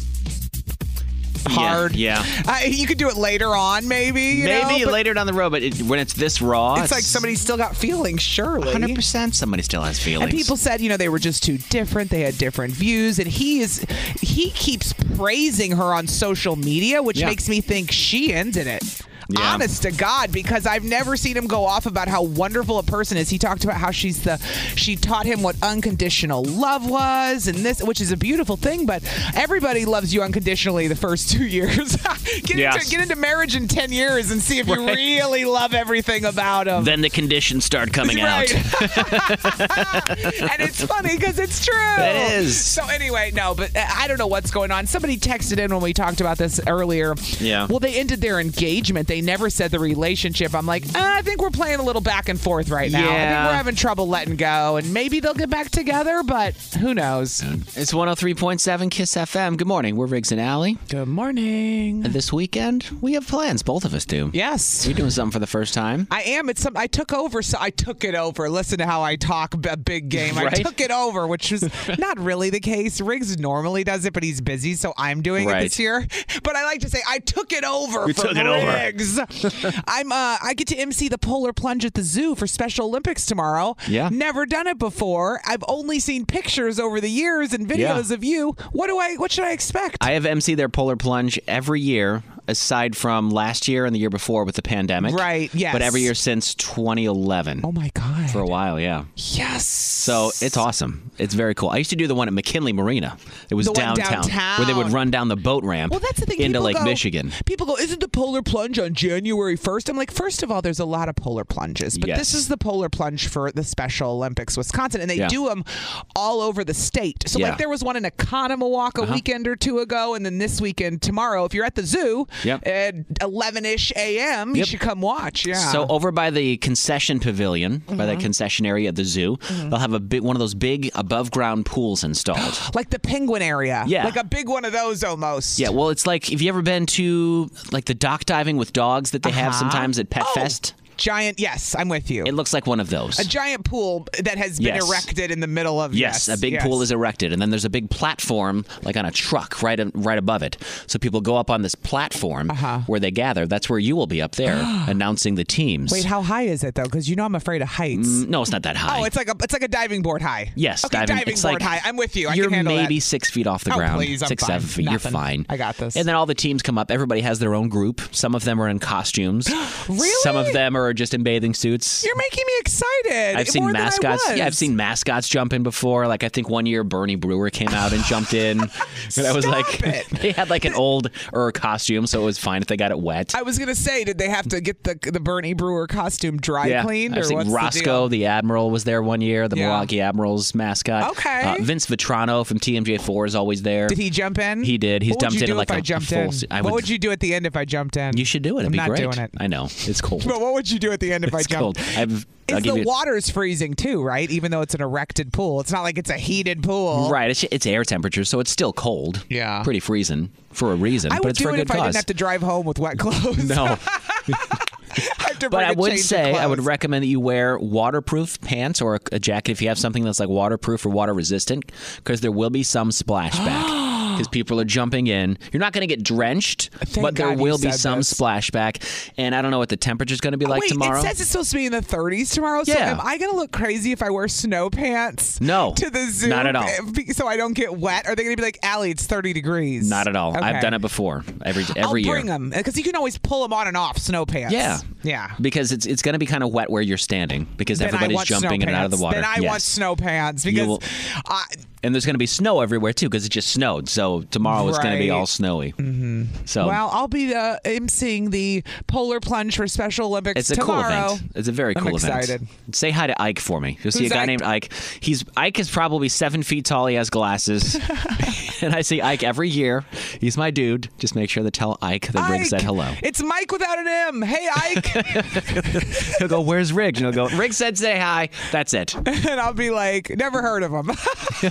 Speaker 2: hard.
Speaker 3: Yeah. yeah.
Speaker 2: I, you could do it later on, maybe. you know,
Speaker 3: Maybe
Speaker 2: but
Speaker 3: later down the road, but it, when it's this raw,
Speaker 2: It's like somebody's still got feelings, surely.
Speaker 3: 100%. Somebody still has feelings.
Speaker 2: And people said, you know, they were just too different. They had different views, and he is he keeps praising her on social media, which
Speaker 3: Yeah.
Speaker 2: makes me think she ended it.
Speaker 3: Yeah.
Speaker 2: Honest to God, because I've never seen him go off about how wonderful a person is. He talked about how she's the she taught him what unconditional love was and this which is a beautiful thing, but everybody loves you unconditionally the first two [laughs] years. get,
Speaker 3: Yes.
Speaker 2: into, get into marriage in ten years and see if you
Speaker 3: Right.
Speaker 2: really love everything about him.
Speaker 3: Then the conditions start coming
Speaker 2: Right.
Speaker 3: out.
Speaker 2: [laughs] and it's funny because it's true.
Speaker 3: It is.
Speaker 2: So anyway, no, but uh, I don't know what's going on. Somebody texted in when we talked about this earlier.
Speaker 3: Yeah.
Speaker 2: Well, they ended their engagement. They never said the relationship. I'm like, uh, I think we're playing a little back and forth right now. I
Speaker 3: Yeah.
Speaker 2: think we're having trouble letting go, and maybe they'll get back together, but who knows?
Speaker 3: It's 103.7 Kiss FM. Good morning. We're Riggs and Alley.
Speaker 2: Good morning.
Speaker 3: And this weekend, we have plans. Both of us do.
Speaker 2: Yes.
Speaker 3: You're doing something for the first time.
Speaker 2: I am. It's some. I took over. So I took it over. Listen to how I talk b- a big game.
Speaker 3: Right?
Speaker 2: I took it over, which
Speaker 3: [laughs]
Speaker 2: is not really the case. Riggs normally does it, but he's busy, so I'm doing it
Speaker 3: Right.
Speaker 2: this year. But I like to say I took it over.
Speaker 3: You
Speaker 2: for
Speaker 3: took it over. [laughs]
Speaker 2: Riggs. I'm. Uh, I get to MC the polar plunge at the zoo for Special Olympics tomorrow.
Speaker 3: Yeah.
Speaker 2: Never done it before. I've only seen pictures over the years and
Speaker 3: Yeah.
Speaker 2: videos of you. What do I? What should I expect?
Speaker 3: I have MC their polar plunge every year, aside from last year and the year before with the pandemic.
Speaker 2: Right, yes.
Speaker 3: But every year since 2011. Oh
Speaker 2: my God.
Speaker 3: for a while, yeah.
Speaker 2: Yes.
Speaker 3: So it's awesome. It's very cool. I used to do the one at McKinley Marina. It was
Speaker 2: The one
Speaker 3: downtown,
Speaker 2: downtown.
Speaker 3: where they would run down the boat ramp
Speaker 2: Well, that's the thing.
Speaker 3: into
Speaker 2: people
Speaker 3: Lake
Speaker 2: go-
Speaker 3: Michigan.
Speaker 2: People go, isn't the polar plunge on January 1st? I'm like, first of all, there's a lot of polar plunges, but
Speaker 3: Yes.
Speaker 2: this is the polar plunge for the Special Olympics Wisconsin, and they
Speaker 3: Yeah.
Speaker 2: do them all over the state. So,
Speaker 3: Yeah. Uh-huh.
Speaker 2: like, there was one in Economawalk a weekend or two ago, and then this weekend, tomorrow, if you're at the zoo
Speaker 3: Yep.
Speaker 2: at 11 ish a.m., you should come watch. Yeah.
Speaker 3: So uh, over by the concession pavilion, by the
Speaker 2: Mhm.
Speaker 3: concession area at the zoo,
Speaker 2: Mm-hmm.
Speaker 3: they'll have a big one of those big above ground
Speaker 2: [gasps]
Speaker 3: pools installed.
Speaker 2: like the penguin area.
Speaker 3: Yeah.
Speaker 2: Like a big one of those almost.
Speaker 3: yeah, well, it's like have you ever been to like the dock diving with dogs that they have
Speaker 2: Uh-huh.
Speaker 3: sometimes at Pet
Speaker 2: Oh,
Speaker 3: Fest?
Speaker 2: Giant, yes, I'm with you.
Speaker 3: It looks like one of those.
Speaker 2: A giant pool that has been
Speaker 3: Yes.
Speaker 2: erected in the middle of
Speaker 3: Yes, a big pool is erected, and then there's a big platform, like on a truck, right right above it. So people go up on this platform
Speaker 2: Uh-huh.
Speaker 3: where they gather. That's where you will be
Speaker 2: [gasps]
Speaker 3: up there announcing the teams.
Speaker 2: Wait, how high is it though? Because you know I'm afraid of heights.
Speaker 3: no, it's not that high.
Speaker 2: Oh, it's like a it's like a diving board high.
Speaker 3: Mm. Yes,
Speaker 2: okay,
Speaker 3: diving,
Speaker 2: diving,
Speaker 3: it's
Speaker 2: board
Speaker 3: like
Speaker 2: high. I'm with you. I
Speaker 3: you're
Speaker 2: can handle
Speaker 3: maybe
Speaker 2: that.
Speaker 3: six feet off the
Speaker 2: Oh,
Speaker 3: ground,
Speaker 2: please, I'm
Speaker 3: six
Speaker 2: fine.
Speaker 3: seven feet. You're
Speaker 2: Nothing.
Speaker 3: fine.
Speaker 2: I got this.
Speaker 3: And then all the teams come up. Everybody has their own group. Some of them are in
Speaker 2: [gasps]
Speaker 3: costumes. really? Some of them are just in bathing suits.
Speaker 2: You're making me excited.
Speaker 3: I've seen
Speaker 2: more than I
Speaker 3: mascots. Yeah, I've
Speaker 2: was.
Speaker 3: seen mascots jump in before. Like I think one year Bernie Brewer came out and jumped in,
Speaker 2: [laughs]
Speaker 3: [laughs] but I was like, [laughs] they had like an old er costume, so it was fine if they got it wet.
Speaker 2: I was gonna say, did they have to get the the Bernie Brewer costume dry
Speaker 3: yeah,
Speaker 2: cleaned
Speaker 3: I've
Speaker 2: or
Speaker 3: seen
Speaker 2: what's the
Speaker 3: Roscoe,
Speaker 2: deal?
Speaker 3: the, admiral, was there one year. The
Speaker 2: Yeah.
Speaker 3: Milwaukee Admirals mascot.
Speaker 2: Okay.
Speaker 3: Uh, Vince Vitrano from TMJ4 is always there.
Speaker 2: Did he jump in?
Speaker 3: He did. He's
Speaker 2: what
Speaker 3: jumped
Speaker 2: would you
Speaker 3: in
Speaker 2: do
Speaker 3: like
Speaker 2: if
Speaker 3: a-
Speaker 2: I
Speaker 3: a
Speaker 2: jumped
Speaker 3: full
Speaker 2: in?
Speaker 3: se- I
Speaker 2: what
Speaker 3: would-
Speaker 2: would you do at the end if I jumped in?
Speaker 3: You should do it. It'd
Speaker 2: I'm
Speaker 3: be
Speaker 2: not
Speaker 3: great.
Speaker 2: doing it.
Speaker 3: I know it's cold.
Speaker 2: [laughs] But what would you do at the end if I
Speaker 3: it's
Speaker 2: jumped?
Speaker 3: cold. I've, I'll
Speaker 2: It's
Speaker 3: give
Speaker 2: the
Speaker 3: you-
Speaker 2: water's freezing too, right? Even though it's an erected pool, it's not like it's a heated pool.
Speaker 3: Right, it's, it's air temperature, so it's still cold.
Speaker 2: Yeah,
Speaker 3: pretty freezing for a reason,
Speaker 2: I
Speaker 3: but
Speaker 2: would
Speaker 3: it's
Speaker 2: do
Speaker 3: for a
Speaker 2: it
Speaker 3: good
Speaker 2: if
Speaker 3: cause.
Speaker 2: I didn't have to [laughs] drive home with wet clothes.
Speaker 3: [laughs] No.
Speaker 2: I have to
Speaker 3: But
Speaker 2: bring
Speaker 3: I
Speaker 2: a
Speaker 3: would
Speaker 2: change of
Speaker 3: say I would
Speaker 2: clothes.
Speaker 3: recommend that you wear waterproof pants or a, a jacket if you have something that's like waterproof or water resistant, because there will be some
Speaker 2: [gasps]
Speaker 3: splashback. Because people are jumping in, you're not going to get drenched, but there
Speaker 2: God you
Speaker 3: will be
Speaker 2: said Oh,
Speaker 3: some splashback. And I don't know what the temperature's going to be like
Speaker 2: Wait,
Speaker 3: tomorrow.
Speaker 2: it says it's supposed to be in the 30s tomorrow. So
Speaker 3: Yeah.
Speaker 2: am I going to look crazy if I wear snow pants
Speaker 3: no,
Speaker 2: to the zoo? eh,
Speaker 3: Not at all.
Speaker 2: Be- So I don't get wet. Are they going to be like, Allie, it's 30 degrees?
Speaker 3: Not at all. I've
Speaker 2: Okay.
Speaker 3: done it before every every
Speaker 2: I'll
Speaker 3: year.
Speaker 2: bring them because you can always pull them on and off snow pants.
Speaker 3: Yeah.
Speaker 2: Yeah.
Speaker 3: Because it's it's going to be kind of wet where you're standing because
Speaker 2: Then I
Speaker 3: everybody's
Speaker 2: want snow
Speaker 3: jumping in and out of the
Speaker 2: pants.
Speaker 3: water.
Speaker 2: Then I want
Speaker 3: Yes.
Speaker 2: snow pants
Speaker 3: You
Speaker 2: because
Speaker 3: will- and there's going to be snow everywhere too because it just snowed. So tomorrow it's going to be
Speaker 2: Right.
Speaker 3: all snowy. Mm-hmm. So
Speaker 2: well, I'll be the emceeing the polar plunge for Special Olympics
Speaker 3: it's a
Speaker 2: tomorrow.
Speaker 3: cool event. It's a very
Speaker 2: I'm
Speaker 3: cool
Speaker 2: excited.
Speaker 3: event. Say hi to Ike for me. You'll see
Speaker 2: Who's
Speaker 3: a guy
Speaker 2: Ike?
Speaker 3: named Ike. He's Ike is probably seven feet tall. He
Speaker 2: [laughs]
Speaker 3: has glasses, [laughs] and I see Ike every year. He's my dude. Just make sure to tell Ike that Riggs said hello.
Speaker 2: It's Mike without an M. Hey, Ike.
Speaker 3: [laughs] He'll go, "Where's Riggs?" And he'll go, "Riggs said say hi." That's it.
Speaker 2: and I'll be like, never heard of him. [laughs]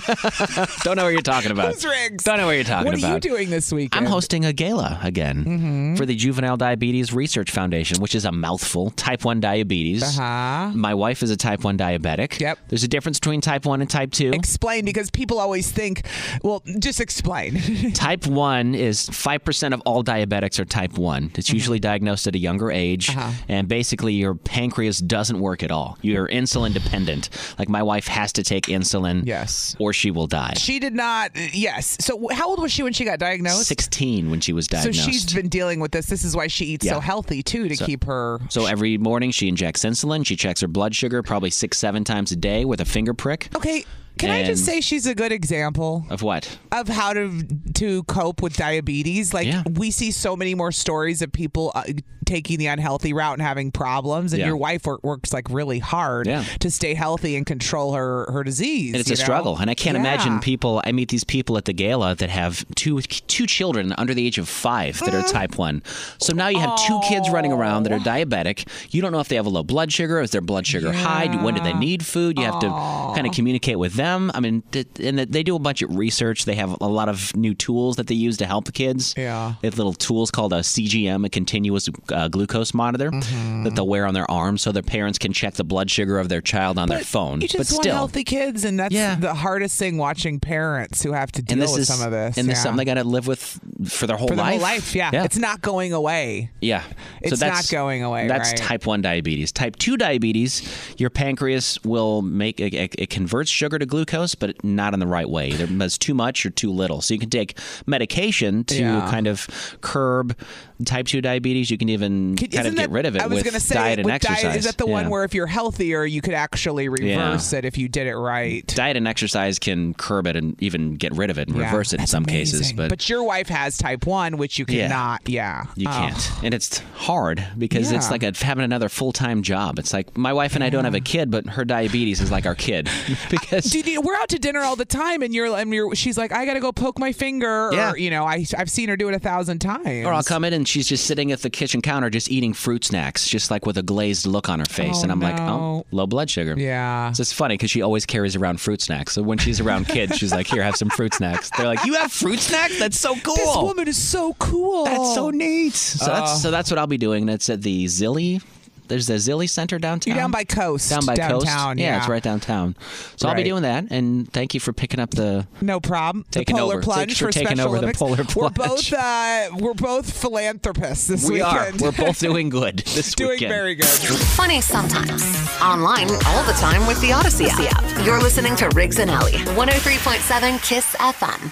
Speaker 3: Don't know what you're talking about.
Speaker 2: Who's Riggs?
Speaker 3: Don't know what you're talking
Speaker 2: what are
Speaker 3: about.
Speaker 2: you doing this weekend?
Speaker 3: I'm hosting a gala again
Speaker 2: Mm-hmm.
Speaker 3: for the Juvenile Diabetes Research Foundation, which is a mouthful. Type 1 diabetes.
Speaker 2: Uh-huh.
Speaker 3: My wife is a type 1 diabetic. Yep. There's a difference between type 1 and type 2.
Speaker 2: [laughs] Explain because people always think, well, just
Speaker 3: [laughs]
Speaker 2: explain.
Speaker 3: type 1 is 5% of all diabetics are type 1.
Speaker 2: Mm-hmm.
Speaker 3: It's usually diagnosed at a younger age.
Speaker 2: Uh-huh.
Speaker 3: And basically, your pancreas doesn't work at all. You're insulin dependent. Like, my wife has to take insulin. Yes. Or she will die.
Speaker 2: she did not, yes. So wh- how old was she when she got diagnosed?
Speaker 3: 16 when she was
Speaker 2: So
Speaker 3: diagnosed.
Speaker 2: she's been dealing with this. This is why she eats so
Speaker 3: Yeah.
Speaker 2: healthy, too, to
Speaker 3: So-
Speaker 2: keep her.
Speaker 3: So every morning she injects insulin. She checks her blood sugar probably six, seven times a day with a finger prick.
Speaker 2: Okay. Can I just
Speaker 3: And-
Speaker 2: say she's a good example?
Speaker 3: Of what?
Speaker 2: of how to to cope with diabetes. Like we see so many more stories of people uh, taking the unhealthy route and having problems. And
Speaker 3: Yeah.
Speaker 2: your wife wor- works like really hard to stay healthy and control her her disease.
Speaker 3: And it's
Speaker 2: you
Speaker 3: a
Speaker 2: know?
Speaker 3: struggle. And I can't
Speaker 2: Yeah.
Speaker 3: imagine people. I meet these people at the gala that have two two children under the age of five that
Speaker 2: Mm.
Speaker 3: are type one. So now you have two kids running around that are diabetic. You don't know if they have a low blood sugar. Is their blood sugar high? Do- When do they need food? You have to kind of communicate with them. I mean, th- and that they do a bunch of research. They have a lot of new tools that they use to help the kids. Yeah, they have little tools called a CGM, a continuous uh, glucose monitor,
Speaker 2: Mm-hmm.
Speaker 3: that they'll wear on their arm so their parents can check the blood sugar of their child on their phone.
Speaker 2: You just
Speaker 3: but
Speaker 2: want
Speaker 3: still.
Speaker 2: healthy kids, and that's the hardest thing. Watching parents who have to deal
Speaker 3: and this
Speaker 2: with
Speaker 3: is
Speaker 2: some of this,
Speaker 3: and this
Speaker 2: yeah.
Speaker 3: is something they got to live with for their whole
Speaker 2: for the
Speaker 3: life.
Speaker 2: whole life. Yeah.
Speaker 3: yeah.
Speaker 2: it's not going away.
Speaker 3: Yeah.
Speaker 2: It's not going away,
Speaker 3: That's
Speaker 2: right?
Speaker 3: type one diabetes. Type two diabetes, your pancreas will make it, it, it converts sugar to glucose, but not in the right way. Either There's too much or too little. So you can take medication to
Speaker 2: Yeah.
Speaker 3: kind of curb type two diabetes. You can even and
Speaker 2: Could-
Speaker 3: kind of
Speaker 2: isn't
Speaker 3: get
Speaker 2: that-
Speaker 3: rid of it
Speaker 2: I was
Speaker 3: with
Speaker 2: gonna say
Speaker 3: diet and
Speaker 2: with
Speaker 3: exercise.
Speaker 2: Diet, is that the one
Speaker 3: Yeah.
Speaker 2: where if you're healthier, you could actually reverse it if you did it right?
Speaker 3: Diet and exercise can curb it and even get rid of it and
Speaker 2: Yeah,
Speaker 3: reverse it in
Speaker 2: that's
Speaker 3: some
Speaker 2: amazing.
Speaker 3: cases, but,
Speaker 2: but your wife has type one, which you
Speaker 3: Yeah.
Speaker 2: cannot. Yeah,
Speaker 3: you
Speaker 2: Oh.
Speaker 3: can't. And it's hard because it's
Speaker 2: Yeah.
Speaker 3: like a, having another full time job. It's like my wife and I don't have a kid, but her diabetes is like
Speaker 2: [laughs]
Speaker 3: our kid. [laughs] because
Speaker 2: Dude, you- we're out to dinner all the time, and you're and you're. She's like, I gotta go poke my finger.
Speaker 3: Yeah.
Speaker 2: Or, you know, I I've seen her do it a thousand times.
Speaker 3: Or I'll come in and she's just sitting at the kitchen counter, just eating fruit snacks, just like with a glazed look on her face.
Speaker 2: Oh,
Speaker 3: and I'm like,
Speaker 2: no.
Speaker 3: oh, low blood sugar.
Speaker 2: Yeah.
Speaker 3: So it's funny because she always carries around fruit snacks. So when she's around kids, she's like, here, have some fruit snacks. They're like, you have fruit snacks? That's so cool.
Speaker 2: This woman is so cool.
Speaker 3: That's so neat. So,
Speaker 2: Oh.
Speaker 3: that's, so that's what I'll be doing. And it's at the Zilly. There's the Zilly Center downtown.
Speaker 2: You're down by coast.
Speaker 3: um, Down by
Speaker 2: downtown,
Speaker 3: coast. Yeah, it's
Speaker 2: yeah.
Speaker 3: right downtown. So I'll be
Speaker 2: Right.
Speaker 3: doing that. And thank you for picking up the.
Speaker 2: No problem.
Speaker 3: Taking
Speaker 2: the polar
Speaker 3: over.
Speaker 2: plunge
Speaker 3: Thanks for taking
Speaker 2: Special
Speaker 3: over the
Speaker 2: Olympics.
Speaker 3: polar
Speaker 2: We're
Speaker 3: plunge.
Speaker 2: both uh, we're both philanthropists this
Speaker 3: we
Speaker 2: weekend.
Speaker 3: are. We're both doing good
Speaker 2: [laughs]
Speaker 3: this
Speaker 2: Doing
Speaker 3: weekend.
Speaker 2: very good.
Speaker 1: Funny sometimes. Online all the time with the Odyssey app. You're listening to Riggs and Alley, 103.7 Kiss FM.